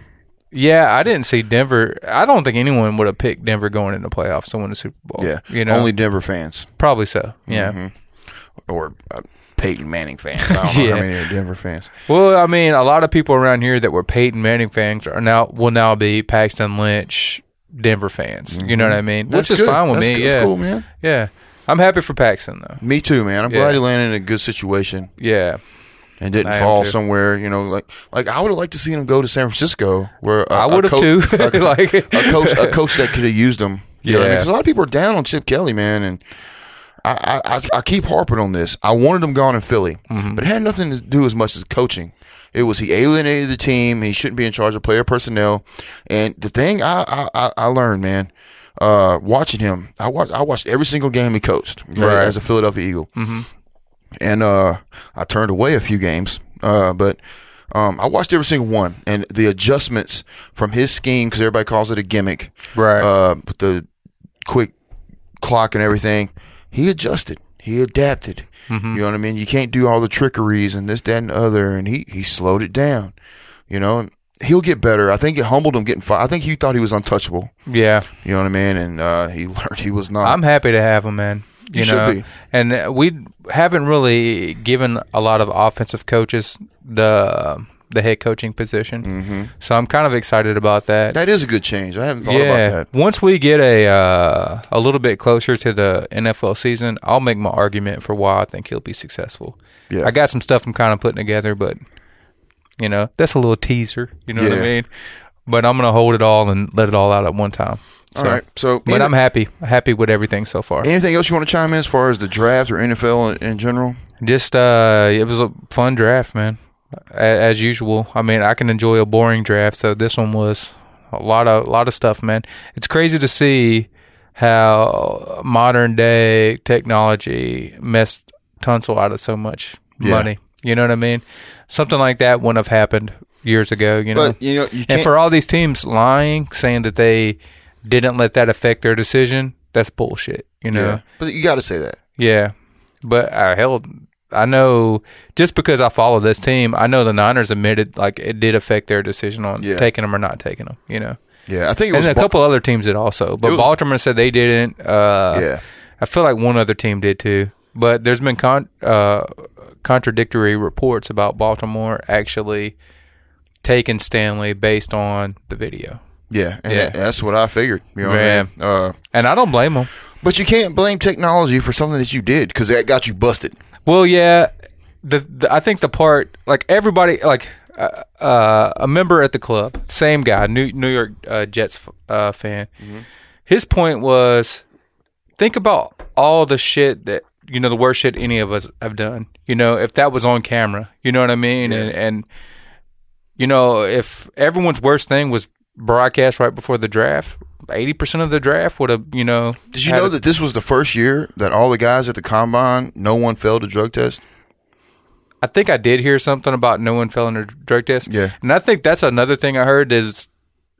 Speaker 5: Yeah. I didn't see Denver. I don't think anyone would have picked Denver going into the playoffs to win the Super Bowl.
Speaker 3: yeah,
Speaker 5: You know,
Speaker 3: only Mm-hmm. Denver fans
Speaker 5: probably so. Yeah.
Speaker 3: or uh, Peyton Manning fans. I don't know
Speaker 5: Yeah.
Speaker 3: how many are Denver fans.
Speaker 5: Well, I mean, a lot of people around here that were Peyton Manning fans are now will now be Paxton Lynch Denver fans. You know what I mean?
Speaker 3: Mm-hmm. That's
Speaker 5: Which is
Speaker 3: good.
Speaker 5: fine with
Speaker 3: That's
Speaker 5: me.
Speaker 3: good.
Speaker 5: Yeah.
Speaker 3: That's cool, man.
Speaker 5: Yeah. I'm happy for Paxton though.
Speaker 3: Me too, man. I'm
Speaker 5: Yeah.
Speaker 3: glad he landed in a good situation
Speaker 5: Yeah.
Speaker 3: and didn't
Speaker 5: I am
Speaker 3: fall
Speaker 5: too.
Speaker 3: somewhere. You know, like like I would have liked to see him go to San Francisco, where a-
Speaker 5: I
Speaker 3: a
Speaker 5: would've
Speaker 3: coach-
Speaker 5: too.
Speaker 3: a,
Speaker 5: Like-
Speaker 3: a coach, a coach that could have used him. You know what I mean?
Speaker 5: Yeah.
Speaker 3: 'Cause a lot of people are down on Chip Kelly, man, and I I, I, I keep harping on this. I wanted him gone in Philly,
Speaker 5: Mm-hmm.
Speaker 3: but it had nothing to do as much as coaching. It was he alienated the team. And he shouldn't be in charge of player personnel. And the thing I I, I- I learned, man. Uh, watching him, I watched. I watched every single game he coached okay,
Speaker 5: Right.
Speaker 3: as a Philadelphia Eagle and uh, I turned away a few games, uh, but um, I watched every single one and the adjustments from his scheme because everybody calls it a gimmick,
Speaker 5: Right.
Speaker 3: Uh, with the quick clock and everything, he adjusted, he adapted.
Speaker 5: Mm-hmm.
Speaker 3: You know what I mean? You can't do all the trickeries and this, that, and the other, and he he slowed it down. You know, and he'll get better. I think it humbled him getting fired. I think he thought he was untouchable.
Speaker 5: Yeah.
Speaker 3: You know what I mean? And uh, he learned he was not.
Speaker 5: I'm happy to have him, man. You,
Speaker 3: You should
Speaker 5: know,
Speaker 3: be.
Speaker 5: and uh, we haven't really given a lot of offensive coaches the the head coaching position. Mm-hmm. So I'm kind of excited about that.
Speaker 3: that is a good change. I haven't thought about that.
Speaker 5: Once we get a uh, a little bit closer to the NFL season, I'll make my argument for why I think he'll be successful.
Speaker 3: Yeah.
Speaker 5: I got some stuff I'm kind of putting together, but you know that's a little teaser. You know what I
Speaker 3: Yeah.
Speaker 5: mean? But I'm gonna hold it all and let it all out at one time. So,
Speaker 3: All right. So,
Speaker 5: But I'm happy, happy with everything so far.
Speaker 3: Anything else you want to chime in as far as the draft or NFL in, in general?
Speaker 5: Just uh, it was a fun draft, man. A- As usual, I mean, I can enjoy a boring draft, so this one was a lot of lot of stuff, man. It's crazy to see how modern day technology messed Tunsil out of so much
Speaker 3: Yeah.
Speaker 5: money. You know what I mean? Something like that wouldn't have happened years ago. You know,
Speaker 3: But, you know, you
Speaker 5: and
Speaker 3: can't-
Speaker 5: for all these teams lying, saying that they didn't let that affect their decision, that's bullshit. You know.
Speaker 3: But you got to say that.
Speaker 5: Yeah, but uh, hell, I know just because I follow this team, I know the Niners admitted like it did affect their decision on
Speaker 3: Yeah.
Speaker 5: taking them or not taking them. You know,
Speaker 3: Yeah, I think it
Speaker 5: and
Speaker 3: was
Speaker 5: a
Speaker 3: Ba-
Speaker 5: couple other teams did also, but
Speaker 3: was-
Speaker 5: Baltimore said they didn't. Uh,
Speaker 3: Yeah.
Speaker 5: I feel like one other team did too. But there's been con- uh, contradictory reports about Baltimore actually taking Stanley based on the video,
Speaker 3: Yeah, and
Speaker 5: Yeah.
Speaker 3: that's what I figured. You know what I
Speaker 5: Yeah.
Speaker 3: mean? Uh,
Speaker 5: and I don't blame them.
Speaker 3: But you can't blame technology for something that you did because that got you busted.
Speaker 5: Well, yeah. The, the I think the part like everybody like uh, uh, a member at the club, same guy, New New York uh, Jets f- uh, fan.
Speaker 3: Mm-hmm.
Speaker 5: His point was, think about all the shit that you know the worst shit any of us have done. You know, if that was on camera, you know what I mean, and and you know if everyone's worst thing was broadcast right before the draft. Eighty percent of the draft would have, you know.
Speaker 3: Did you
Speaker 5: had
Speaker 3: know
Speaker 5: a-
Speaker 3: that this was the first year that all the guys at the combine, no one failed a drug test?
Speaker 5: I think I did hear something about no one fell under drug test.
Speaker 3: Yeah.
Speaker 5: And I think that's another thing I heard is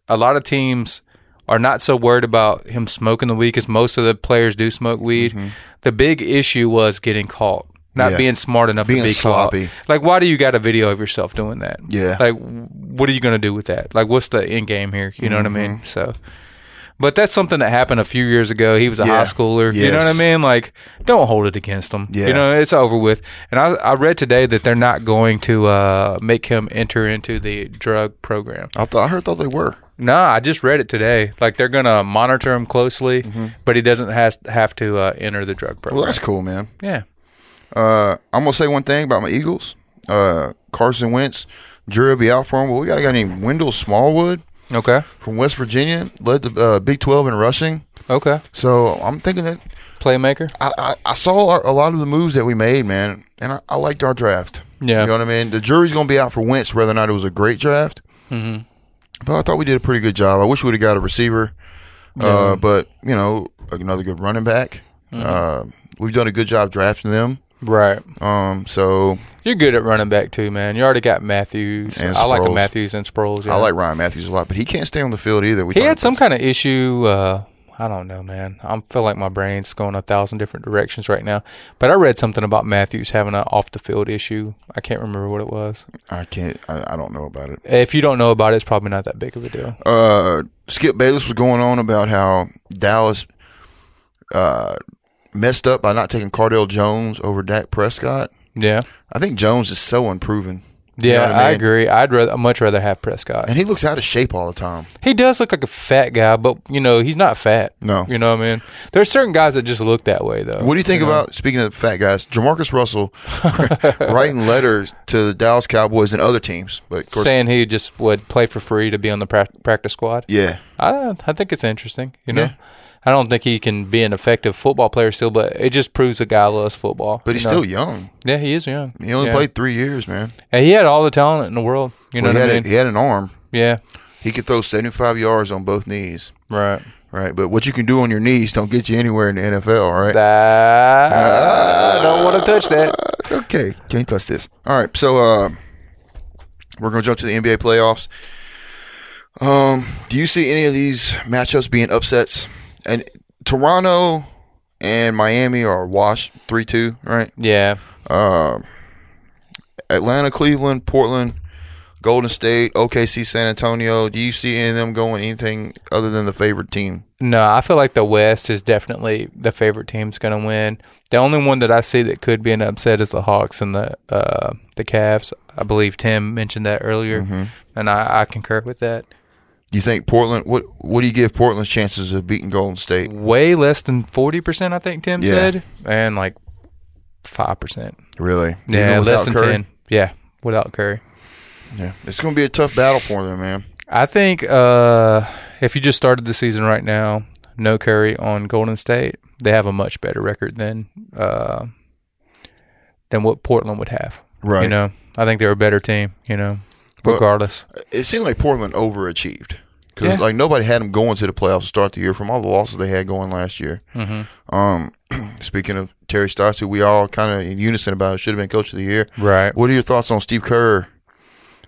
Speaker 5: a lot of teams are not so worried about him smoking the weed because most of the players do smoke weed. The big issue was getting caught, not
Speaker 3: Mm-hmm. Yeah.
Speaker 5: being smart enough
Speaker 3: Being
Speaker 5: to be
Speaker 3: sloppy.
Speaker 5: caught. Like, why do you got a video of yourself doing that?
Speaker 3: Yeah.
Speaker 5: Like, what are you going to do with that? Like, what's the end game here? You know
Speaker 3: Mm-hmm.
Speaker 5: what I mean? So. But that's something that happened a few years ago. He was a high
Speaker 3: Yeah.
Speaker 5: schooler. You know what I
Speaker 3: Yes.
Speaker 5: mean? Like, don't hold it against him.
Speaker 3: Yeah.
Speaker 5: You know, it's over with. And I, I read today that they're not going to uh, make him enter into the drug program.
Speaker 3: I thought I heard thought they were.
Speaker 5: No, I just read it today. Like they're going to monitor him closely,
Speaker 3: Mm-hmm.
Speaker 5: but he doesn't has, have to uh, enter the drug program.
Speaker 3: Well, that's cool, man.
Speaker 5: yeah.
Speaker 3: Uh, I'm gonna say one thing about my Eagles. Uh, Carson Wentz, jury will be out for him. Well, we got a guy named Wendell Smallwood
Speaker 5: Okay.
Speaker 3: from West Virginia, led the uh, Big 12 in rushing.
Speaker 5: Okay.
Speaker 3: So I'm thinking that
Speaker 5: Playmaker.
Speaker 3: I, I, I saw our, a lot of the moves that we made, man, and I, I liked our draft.
Speaker 5: Yeah.
Speaker 3: You know what I mean? The jury's going to be out for Wentz whether or not it was a great draft. Mm-hmm. But I thought we did a pretty good job. I wish we would have got a receiver, uh, but, you know, another good running back.
Speaker 5: Mm-hmm.
Speaker 3: Uh, we've done a good job drafting them.
Speaker 5: Right.
Speaker 3: Um, so
Speaker 5: You're good at running back too, man. You already got Matthews.
Speaker 3: And
Speaker 5: I like
Speaker 3: Sproles.
Speaker 5: Matthews and Sproles. yeah.
Speaker 3: I like Ryan Matthews a lot, but he can't stay on the field either. We
Speaker 5: He
Speaker 3: talked-
Speaker 5: had some kind of issue. Uh, I don't know, man. I feel like my brain's going a thousand different directions right now. But I read something about Matthews having an off the field issue. I can't remember what it was.
Speaker 3: I can't. I, I don't know about it.
Speaker 5: If you don't know about it, it's probably not that big of a deal.
Speaker 3: uh, Skip Bayless was going on about how Dallas uh, messed up by not taking Cardell Jones over Dak Prescott.
Speaker 5: Yeah,
Speaker 3: I think Jones is so unproven. You
Speaker 5: yeah,
Speaker 3: know what
Speaker 5: I,
Speaker 3: mean?
Speaker 5: agree. I'd rather, I'd much rather have Prescott.
Speaker 3: And he looks out of shape all the time.
Speaker 5: He does look like a fat guy, but you know he's not fat.
Speaker 3: No.
Speaker 5: you know what I mean. There's certain guys that just look that way, though.
Speaker 3: What do you think about speaking of fat guys? Jamarcus Russell writing letters to the Dallas Cowboys and other teams, but of course,
Speaker 5: saying he just would play for free to be on the prac- practice squad?
Speaker 3: yeah,
Speaker 5: I I think it's interesting. You know,
Speaker 3: Yeah.
Speaker 5: I don't think he can be an effective football player still, but it just proves the guy loves football.
Speaker 3: but he's
Speaker 5: you know?
Speaker 3: still young.
Speaker 5: yeah, he is young.
Speaker 3: He only
Speaker 5: Yeah.
Speaker 3: played three years, man.
Speaker 5: And he had all the talent in the world. You know
Speaker 3: Well, he,
Speaker 5: what
Speaker 3: had
Speaker 5: I
Speaker 3: a-
Speaker 5: mean?
Speaker 3: he had an arm.
Speaker 5: yeah,
Speaker 3: He could throw seventy-five yards on both knees,
Speaker 5: right.
Speaker 3: right? But what you can do on your knees don't get you anywhere in the NFL, all right?
Speaker 5: That I don't want to touch that.
Speaker 3: Okay, can't touch this. All right, so uh, we're gonna jump to the NBA playoffs. Um, do you see any of these matchups being upsets? And Toronto and Miami are wash three two, right?
Speaker 5: Yeah,
Speaker 3: Atlanta, Cleveland, Portland, Golden State, OKC, San Antonio. Do you see any of them going anything other than the favorite team?
Speaker 5: No, I feel like the West is definitely the favorite team's going to win. The only one that I see that could be an upset is the Hawks and the uh, the Cavs. I believe Tim mentioned that earlier,
Speaker 3: Mm-hmm.
Speaker 5: and I, I concur with that.
Speaker 3: Do you think Portland? What What do you give Portland's chances of beating Golden State?
Speaker 5: Way less than forty percent, I think Tim
Speaker 3: Yeah.
Speaker 5: said, and like five percent.
Speaker 3: Really?
Speaker 5: Yeah,
Speaker 3: Even
Speaker 5: less
Speaker 3: without
Speaker 5: than
Speaker 3: Curry?
Speaker 5: ten. Yeah, without Curry.
Speaker 3: Yeah, it's gonna be a tough battle for them, man.
Speaker 5: I think uh, if you just started the season right now, no Curry on Golden State, they have a much better record than uh, than what Portland would have.
Speaker 3: Right.
Speaker 5: You know, I think they're a better team. You know,
Speaker 3: Well-
Speaker 5: regardless.
Speaker 3: it seemed like Portland overachieved because
Speaker 5: Yeah.
Speaker 3: like nobody had them going to the playoffs to start the year from all the losses they had going last year.
Speaker 5: Mm-hmm.
Speaker 3: Um, speaking of Terry Stotts, who we all kind of in unison about should have been coach of the year.
Speaker 5: Right.
Speaker 3: What are your thoughts on Steve Kerr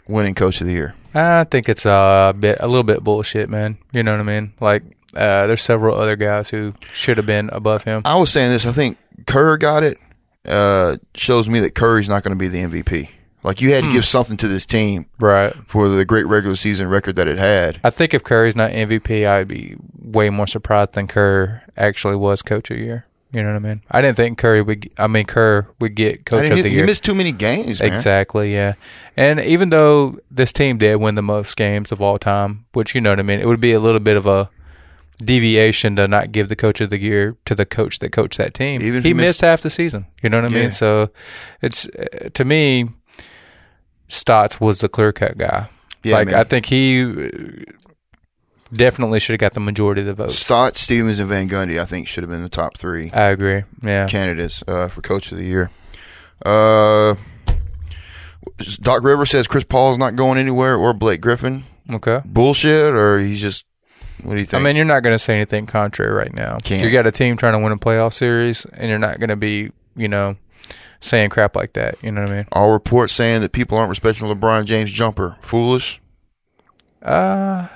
Speaker 3: winning coach of the year?
Speaker 5: I think it's a bit, a little bit bullshit, man. You know what I mean? Like, uh, there's several other guys who should have been above him.
Speaker 3: I was saying this. I think Kerr got it. Uh, shows me that Curry's not going to be the MVP. Like you had
Speaker 5: Hmm.
Speaker 3: to give something to this team
Speaker 5: Right.
Speaker 3: for the great regular season record that it had.
Speaker 5: I think if Curry's not MVP, I'd be way more surprised than Kerr actually was coach of the year. You know what I mean? I didn't think Curry would. I mean, Kerr would get
Speaker 3: I
Speaker 5: coach
Speaker 3: didn't-
Speaker 5: of the
Speaker 3: you
Speaker 5: year.
Speaker 3: missed too many games, man.
Speaker 5: Exactly, yeah. And even though this team did win the most games of all time, which you know what I mean, it would be a little bit of a deviation to not give the coach of the year to the coach that coached that team.
Speaker 3: Even if
Speaker 5: he
Speaker 3: he
Speaker 5: missed,
Speaker 3: missed-
Speaker 5: half the season. You know what I
Speaker 3: Yeah.
Speaker 5: mean? So it's uh, to me, Stotts was the clear cut guy.
Speaker 3: Yeah,
Speaker 5: like
Speaker 3: man.
Speaker 5: I think he uh, definitely should have got the majority of the votes.
Speaker 3: Stott, Stevens, and Van Gundy, I think, should have been the top three
Speaker 5: I agree. Yeah.
Speaker 3: candidates uh, for coach of the year. Uh, Doc Rivers says Chris Paul's not going anywhere or Blake Griffin.
Speaker 5: Okay.
Speaker 3: Bullshit, or he's just. What do you
Speaker 5: I
Speaker 3: think?
Speaker 5: mean, you're not going to say anything contrary right now.
Speaker 3: Can't.
Speaker 5: You got a team trying to win a playoff series, and you're not going to be, you know, saying crap like that. You know what I mean?
Speaker 3: All reports saying that people aren't respecting LeBron James jumper. Foolish.
Speaker 5: Uh,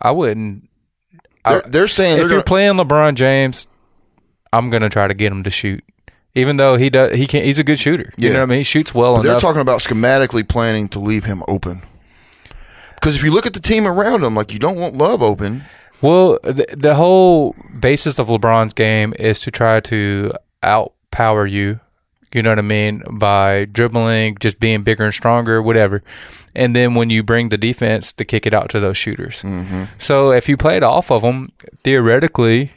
Speaker 5: I wouldn't.
Speaker 3: They're, they're saying
Speaker 5: if
Speaker 3: they're
Speaker 5: you're
Speaker 3: gonna,
Speaker 5: playing LeBron James, I'm going to try to get him to shoot, even though he does. He can. not He's a good shooter. You
Speaker 3: Yeah.
Speaker 5: know what I mean? He shoots well
Speaker 3: they're
Speaker 5: enough.
Speaker 3: talking about schematically planning to leave him open. Because if you look at the team around him, like you don't want Love open.
Speaker 5: well, the, the whole basis of LeBron's game is to try to outpower you. You know what I mean? By dribbling, just being bigger and stronger, whatever. And then when you bring the defense to kick it out to those shooters.
Speaker 3: Mm-hmm.
Speaker 5: So if you played off of them, theoretically,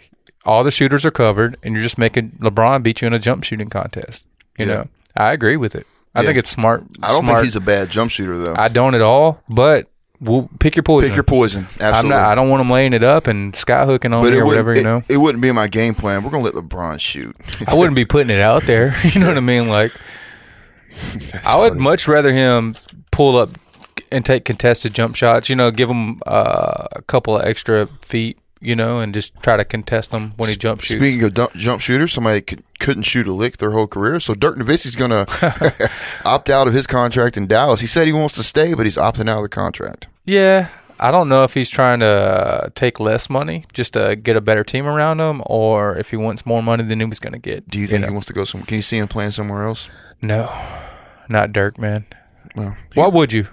Speaker 5: all the shooters are covered, and you're just making LeBron beat you in a jump shooting contest. You
Speaker 3: Yeah.
Speaker 5: know, I agree with it. I
Speaker 3: Yeah.
Speaker 5: think it's smart.
Speaker 3: I don't
Speaker 5: smart.
Speaker 3: think he's a bad jump shooter though.
Speaker 5: I don't at all. But we'll pick your poison.
Speaker 3: Pick your poison. Absolutely.
Speaker 5: I'm not. I don't want him laying it up and sky hooking on me
Speaker 3: wouldn't-
Speaker 5: or whatever. You
Speaker 3: it-
Speaker 5: know,
Speaker 3: It, wouldn't be my game plan. We're gonna let LeBron shoot.
Speaker 5: I wouldn't be putting it out there. You know what I mean? Like, I would much rather him pull up and take contested jump shots. You know, give him uh, a couple of extra feet. You know, and just try to contest him when he jump shoots.
Speaker 3: Speaking of dump, jump shooters, somebody could, couldn't shoot a lick their whole career. So Dirk Nowitzki's gonna opt out of his contract in Dallas. He said he wants to stay, but he's opting out of the contract.
Speaker 5: Yeah, I don't know if he's trying to uh, take less money just to get a better team around him, or if he wants more money than he was going to get.
Speaker 3: Do you think
Speaker 5: know?
Speaker 3: he wants to go somewhere? Can you see him playing somewhere else?
Speaker 5: No, not Dirk, man.
Speaker 3: Well,
Speaker 5: Why would you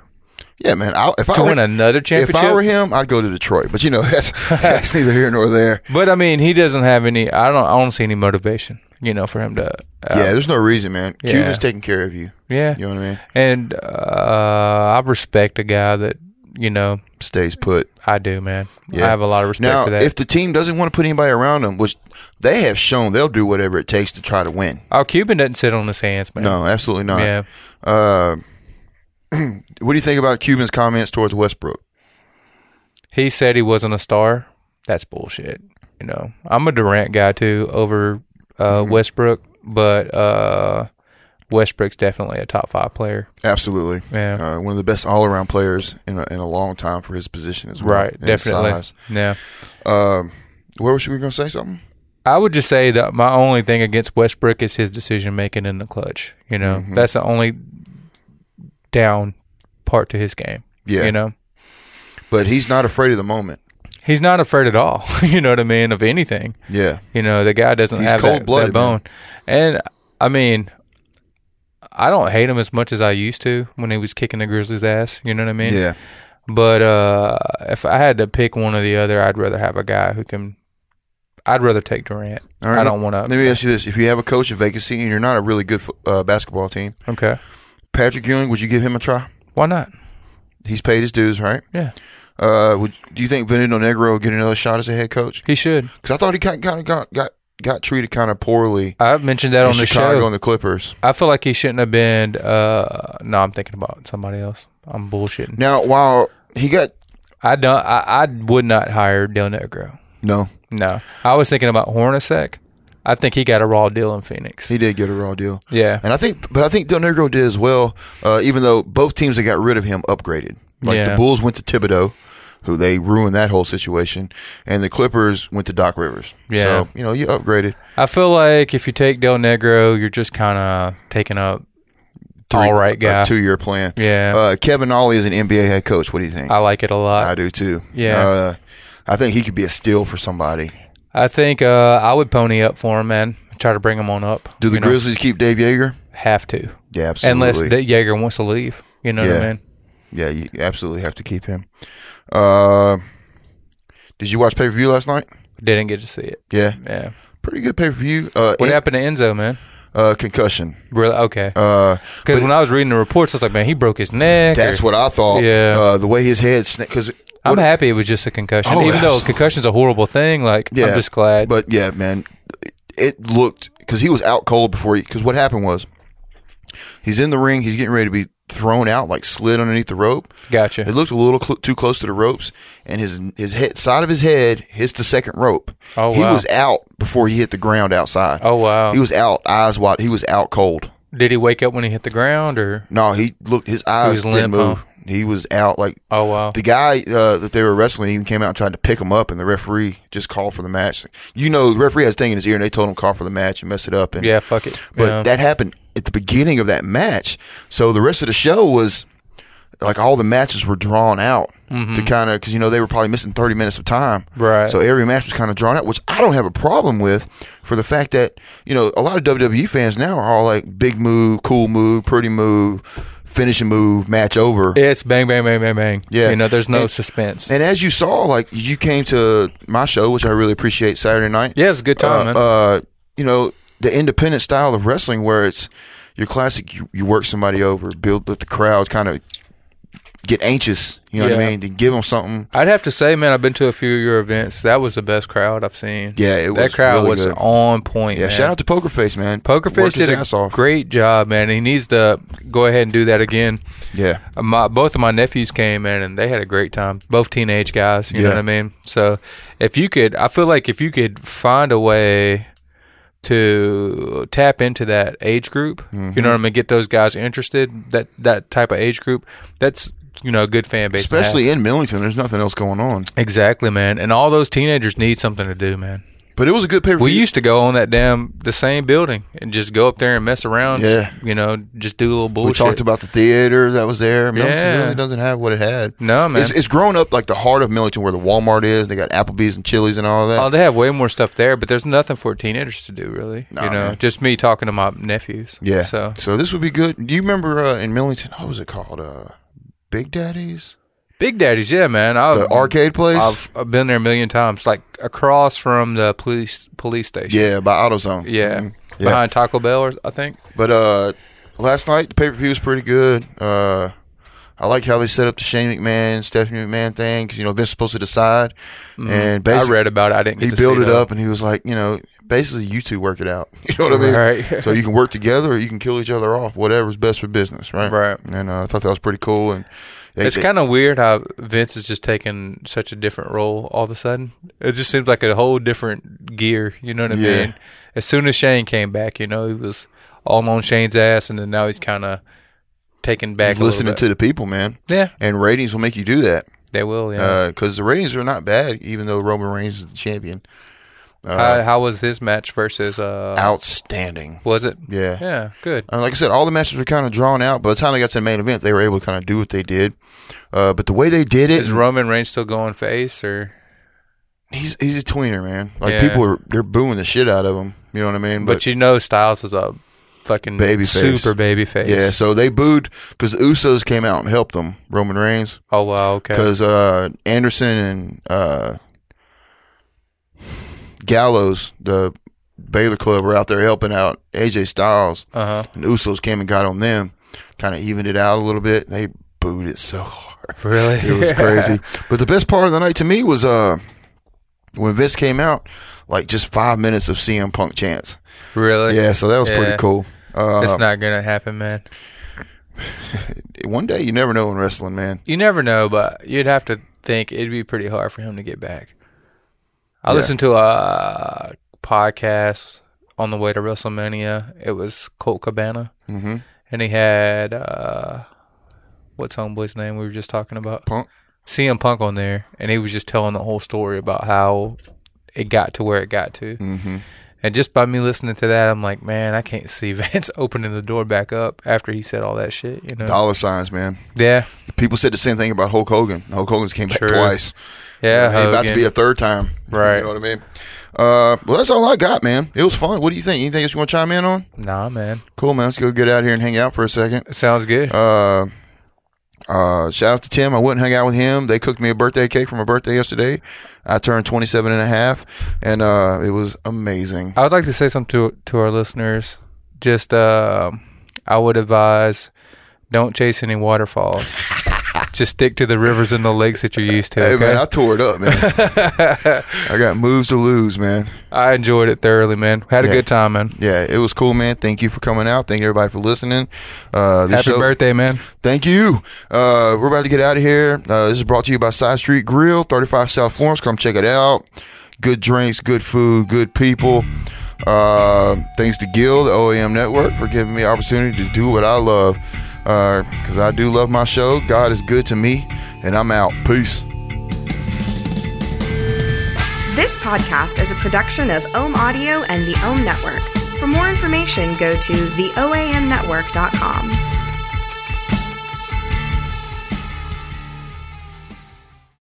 Speaker 3: yeah, man. I, if I
Speaker 5: to
Speaker 3: were-
Speaker 5: win another
Speaker 3: if
Speaker 5: championship?
Speaker 3: I were him, I'd go to Detroit. But you know, that's, that's neither here nor there.
Speaker 5: but I mean, he doesn't have any. I don't. I don't see any motivation. You know, for him to. Uh,
Speaker 3: yeah, there's no reason, man.
Speaker 5: yeah.
Speaker 3: Cuban's taking care of you.
Speaker 5: yeah.
Speaker 3: You know what I mean?
Speaker 5: And uh, I respect a guy that you know.
Speaker 3: Stays put.
Speaker 5: I do, man.
Speaker 3: Yeah.
Speaker 5: I have a lot of respect
Speaker 3: Now,
Speaker 5: for that.
Speaker 3: if the team doesn't want to put anybody around them, which they have shown they'll do whatever it takes to try to win.
Speaker 5: oh, Cuban doesn't sit on his hands, man.
Speaker 3: No, absolutely not.
Speaker 5: Yeah.
Speaker 3: Uh, what do you think about Cuban's comments towards Westbrook?
Speaker 5: he said he wasn't a star. That's bullshit. You know, I'm a Durant guy too over uh,
Speaker 3: Mm-hmm.
Speaker 5: Westbrook, but uh, Westbrook's definitely a top five player.
Speaker 3: Absolutely.
Speaker 5: Yeah.
Speaker 3: Uh, one of the best all around players in a, in a long time for his position as well.
Speaker 5: Right,
Speaker 3: and his
Speaker 5: definitely.
Speaker 3: size.
Speaker 5: Yeah.
Speaker 3: Um, where was you going to say something?
Speaker 5: I would just say that my only thing against Westbrook is his decision making in the clutch. You know,
Speaker 3: Mm-hmm.
Speaker 5: that's the only down part to his game.
Speaker 3: Yeah.
Speaker 5: You know,
Speaker 3: But he's not afraid of the moment.
Speaker 5: he's not afraid at all. you know what I mean of anything.
Speaker 3: Yeah.
Speaker 5: You know, the guy doesn't
Speaker 3: He's
Speaker 5: have that, that
Speaker 3: cold-blooded,
Speaker 5: bone.
Speaker 3: man.
Speaker 5: And I mean, I don't hate him as much as I used to when he was kicking the Grizzlies' ass. You know what I mean?
Speaker 3: Yeah.
Speaker 5: But uh, if I had to pick one or the other, I'd rather have a guy who can. I'd rather take Durant.
Speaker 3: All right,
Speaker 5: I don't want
Speaker 3: Let
Speaker 5: to.
Speaker 3: me ask you this: If you have a coach at vacancy and you're not a really good fo- uh, basketball team,
Speaker 5: Okay.
Speaker 3: Patrick Ewing, would you give him a try?
Speaker 5: Why not?
Speaker 3: He's paid his dues, right?
Speaker 5: Yeah.
Speaker 3: Uh, would do you think Benito Negro will get another shot as a head coach?
Speaker 5: He should.
Speaker 3: Because I thought he kind of got got got treated kind of poorly
Speaker 5: I've mentioned that
Speaker 3: in
Speaker 5: on the
Speaker 3: Chicago
Speaker 5: show.
Speaker 3: and the Clippers.
Speaker 5: I feel like he shouldn't have been. Uh, no, I'm thinking about somebody else. I'm bullshitting.
Speaker 3: Now, while he got
Speaker 5: I don't. I, I would not hire Del Negro.
Speaker 3: no,
Speaker 5: No, I was thinking about Hornacek. I think he got a raw deal in Phoenix.
Speaker 3: he did get a raw deal.
Speaker 5: yeah,
Speaker 3: And I think, but I think Del Negro did as well. Uh, even though both teams that got rid of him upgraded, like
Speaker 5: Yeah.
Speaker 3: the Bulls went to Thibodeau, who they ruined that whole situation, and the Clippers went to Doc Rivers.
Speaker 5: Yeah.
Speaker 3: so you know you upgraded.
Speaker 5: I feel like if you take Del Negro, you're just kind of taking up all right guy.
Speaker 3: uh, two year plan.
Speaker 5: Yeah.
Speaker 3: uh, Kevin Ollie is an NBA head coach. What do you think?
Speaker 5: I like it a lot.
Speaker 3: I do too.
Speaker 5: Yeah.
Speaker 3: uh, I think he could be a steal for somebody.
Speaker 5: I think uh, I would pony up for him, man. Try to bring him on up.
Speaker 3: Do the
Speaker 5: you know?
Speaker 3: Grizzlies keep Dave Yeager?
Speaker 5: have to?
Speaker 3: Yeah, absolutely.
Speaker 5: Unless De- Yeager wants to leave. You know what I
Speaker 3: Yeah.
Speaker 5: mean?
Speaker 3: yeah, you absolutely have to keep him. Uh, did you watch pay per view last night?
Speaker 5: Didn't get to see it.
Speaker 3: Yeah,
Speaker 5: Yeah.
Speaker 3: pretty good pay per view. Uh,
Speaker 5: What
Speaker 3: in-
Speaker 5: happened to Enzo, man?
Speaker 3: Uh, concussion.
Speaker 5: Really? Okay.
Speaker 3: Uh,
Speaker 5: Because when I was reading the reports, I was like, man, he broke his neck.
Speaker 3: that's
Speaker 5: or-
Speaker 3: what I thought.
Speaker 5: Yeah.
Speaker 3: Uh, the way his head because
Speaker 5: I'm happy it was just a concussion,
Speaker 3: Oh,
Speaker 5: even though
Speaker 3: absolutely.
Speaker 5: concussion's a horrible thing. Like
Speaker 3: Yeah,
Speaker 5: I'm just glad.
Speaker 3: But yeah, man, it looked because he was out cold before. Because what happened was, he's in the ring. He's getting ready to be thrown out, like slid underneath the rope.
Speaker 5: Gotcha.
Speaker 3: It looked a little cl- too close to the ropes, and his his head side of his head hits the second rope.
Speaker 5: Oh,
Speaker 3: he
Speaker 5: wow.
Speaker 3: was out before he hit the ground outside.
Speaker 5: Oh, wow.
Speaker 3: he was out, eyes wide. He was out cold.
Speaker 5: Did he wake up when he hit the ground, or
Speaker 3: No, he looked. His eyes
Speaker 5: was
Speaker 3: didn't
Speaker 5: limp,
Speaker 3: move.
Speaker 5: huh?
Speaker 3: He was out like
Speaker 5: oh wow,
Speaker 3: the guy uh, that they were wrestling even came out and tried to pick him up, and the referee just called for the match. You know, the referee has a thing in his ear, and they told him call for the match and mess it up. And,
Speaker 5: yeah, fuck it.
Speaker 3: but
Speaker 5: Yeah.
Speaker 3: that happened at the beginning of that match. So the rest of the show was like all the matches were drawn out to kind of because you know they were probably missing thirty minutes of time.
Speaker 5: Mm-hmm. Right.
Speaker 3: So every match was kind of drawn out, which I don't have a problem with for the fact that you know a lot of WWE fans now are all like big move, cool move, pretty move, finishing move, match over.
Speaker 5: it's bang, bang, bang, bang, bang.
Speaker 3: Yeah.
Speaker 5: you know, there's no
Speaker 3: And-
Speaker 5: suspense.
Speaker 3: And as you saw, like you came to my show, which I really appreciate Saturday night.
Speaker 5: yeah, it was a good time,
Speaker 3: uh,
Speaker 5: man.
Speaker 3: uh, you know the independent style of wrestling, where it's your classic. You, you work somebody over, build let the crowd kind of get anxious. You know what I
Speaker 5: Yeah.
Speaker 3: mean? Then give them something.
Speaker 5: I'd have to say, man, I've been to a few of your events. That was the best crowd I've seen.
Speaker 3: Yeah, it
Speaker 5: that
Speaker 3: was
Speaker 5: crowd
Speaker 3: really
Speaker 5: was
Speaker 3: good.
Speaker 5: on point.
Speaker 3: Yeah.
Speaker 5: man.
Speaker 3: Shout out to Poker Face, man.
Speaker 5: Poker Face
Speaker 3: Worked his
Speaker 5: did
Speaker 3: ass
Speaker 5: a
Speaker 3: off.
Speaker 5: great job, man. He needs to go ahead and do that again.
Speaker 3: Yeah.
Speaker 5: Uh, My, both of my nephews came in and they had a great time. Both teenage guys, you
Speaker 3: Yeah.
Speaker 5: know what I mean. So if you could, I feel like if you could find a way to tap into that age group,
Speaker 3: Mm-hmm.
Speaker 5: you know what I mean, get those guys interested. That that type of age group, that's you know a good fan base, to have.
Speaker 3: Especially in Millington, there's nothing else going on.
Speaker 5: exactly, man. And all those teenagers need something to do, man.
Speaker 3: But it was a good pay per
Speaker 5: We used to go on that damn the same building and just go up there and mess around.
Speaker 3: Yeah.
Speaker 5: you know, just do a little
Speaker 3: We
Speaker 5: bullshit.
Speaker 3: talked about the theater that was there. Millington
Speaker 5: Yeah.
Speaker 3: really doesn't have what it had.
Speaker 5: No, man.
Speaker 3: It's, it's grown up like the heart of Millington, where the Walmart is. They got Applebee's and Chili's and all that.
Speaker 5: Oh, they have way more stuff there, but there's nothing for teenagers to do, really.
Speaker 3: Nah,
Speaker 5: you know,
Speaker 3: man.
Speaker 5: just me talking to my nephews.
Speaker 3: Yeah.
Speaker 5: So
Speaker 3: this would be good. Do you remember uh, in Millington? What was it called? Uh, Big Daddy's,
Speaker 5: Big Daddy's, yeah, man. I've,
Speaker 3: the arcade place.
Speaker 5: I've, I've been there a million times, like across from the police police station.
Speaker 3: yeah, by AutoZone.
Speaker 5: Yeah.
Speaker 3: Mhm. Yeah.
Speaker 5: Behind Taco Bell, or, I think.
Speaker 3: But uh, last night the pay per view was pretty good. Uh, I like how they set up the Shane McMahon, Stephanie McMahon thing because you know they're supposed to decide, and
Speaker 5: Mm-hmm. I
Speaker 3: basically
Speaker 5: read about it. I didn't.
Speaker 3: he
Speaker 5: Get to
Speaker 3: built
Speaker 5: see
Speaker 3: it
Speaker 5: though.
Speaker 3: up and he was like, you know, basically you two work it out. You know what I mean?
Speaker 5: Right.
Speaker 3: so you can work together or you can kill each other off. Whatever's best for business, right?
Speaker 5: Right.
Speaker 3: And uh, I thought that was pretty cool. And they-
Speaker 5: It's
Speaker 3: they-
Speaker 5: kind of weird how Vince is just taking such a different role all of a sudden. It just seems like a whole different gear. You know what I
Speaker 3: Yeah.
Speaker 5: mean? As soon as Shane came back, you know, he was all on Shane's ass, and then now he's kind of taken back.
Speaker 3: He's
Speaker 5: a little
Speaker 3: listening
Speaker 5: bit.
Speaker 3: to the people, man.
Speaker 5: Yeah.
Speaker 3: And ratings will make you do that
Speaker 5: They will. Yeah.
Speaker 3: because the ratings are not bad, even though Roman Reigns is the champion. uh,
Speaker 5: how, how was his match versus? Uh,
Speaker 3: Outstanding.
Speaker 5: was it?
Speaker 3: Yeah.
Speaker 5: Yeah. Good.
Speaker 3: And like I said, all the matches were kind of drawn out. By the time they got to the main event, they were able to kind of do what they did. Uh, but the way they did it,
Speaker 5: Is Roman Reigns still going face or?
Speaker 3: he's he's a tweener, man. Like
Speaker 5: Yeah.
Speaker 3: people are they're booing the shit out of him. You know what I mean?
Speaker 5: But, you know, Styles is a fucking
Speaker 3: Babyface.
Speaker 5: super baby face.
Speaker 3: yeah, so they booed because the Usos came out and helped them. Roman Reigns
Speaker 5: Oh wow. Okay.
Speaker 3: because uh, Anderson and uh, Gallows, the Baylor Club, were out there helping out AJ Styles.
Speaker 5: Uh huh.
Speaker 3: and the Usos came and got on them, kind of evened it out a little bit. They booed it so hard.
Speaker 5: Really?
Speaker 3: It was crazy. But the best part of the night to me was uh when Vince came out, like just five minutes of CM Punk chants.
Speaker 5: really?
Speaker 3: Yeah, so that was
Speaker 5: Yeah.
Speaker 3: pretty cool. Uh,
Speaker 5: It's not gonna happen, man.
Speaker 3: one day you never know in wrestling, man.
Speaker 5: You never know, but you'd have to think it'd be pretty hard for him to get back. I listened to a podcast on the way to WrestleMania. It was Colt Cabana, mm-hmm. and he had uh, what's homeboy's name we were just talking about?
Speaker 3: Punk.
Speaker 5: CM Punk on there, and he was just telling the whole story about how it got to where it got to. Mm-hmm. And just by me listening to that, I'm like, man, I can't see Vince opening the door back up after he said all that shit. You know?
Speaker 3: Dollar signs, man.
Speaker 5: yeah,
Speaker 3: People said the same thing about Hulk Hogan. Hulk Hogan's came back
Speaker 5: True.
Speaker 3: twice.
Speaker 5: yeah.
Speaker 3: Ain't about to
Speaker 5: Hogan.
Speaker 3: be a third time.
Speaker 5: Right.
Speaker 3: You know what I mean? Uh, well, that's all I got, man. It was fun. What do you think? Anything else you want to chime in on?
Speaker 5: Nah, man.
Speaker 3: Cool, man. Let's go get out here and hang out for a second.
Speaker 5: Sounds good.
Speaker 3: uh, uh, shout out to Tim. I went and hung out with him. They cooked me a birthday cake for my birthday yesterday. I turned 27 and a half, and uh, it was amazing.
Speaker 5: I would like to say something to to our listeners. Just, um I would advise, don't chase any waterfalls. Just stick to the rivers and the lakes that you're used to.
Speaker 3: Hey
Speaker 5: Okay?
Speaker 3: man, I tore it up, man. I got moves to lose, man.
Speaker 5: I enjoyed it thoroughly, man. Had a
Speaker 3: Yeah.
Speaker 5: good time, man.
Speaker 3: Yeah, it was cool, man. Thank you for coming out. Thank everybody for listening. Uh, this
Speaker 5: Happy
Speaker 3: show-
Speaker 5: birthday, man.
Speaker 3: Thank you. Uh, we're about to get out of here. Uh, this is brought to you by Side Street Grill, 35 South Florence. Come check it out. Good drinks, good food, good people. Uh, thanks to Gil, the OAM Network, for giving me the opportunity to do what I love. Because I do love my show. God is good to me. And I'm out. Peace.
Speaker 6: This podcast is a production of Ohm Audio and the Ohm Network. For more information, go to theoamnetwork.com.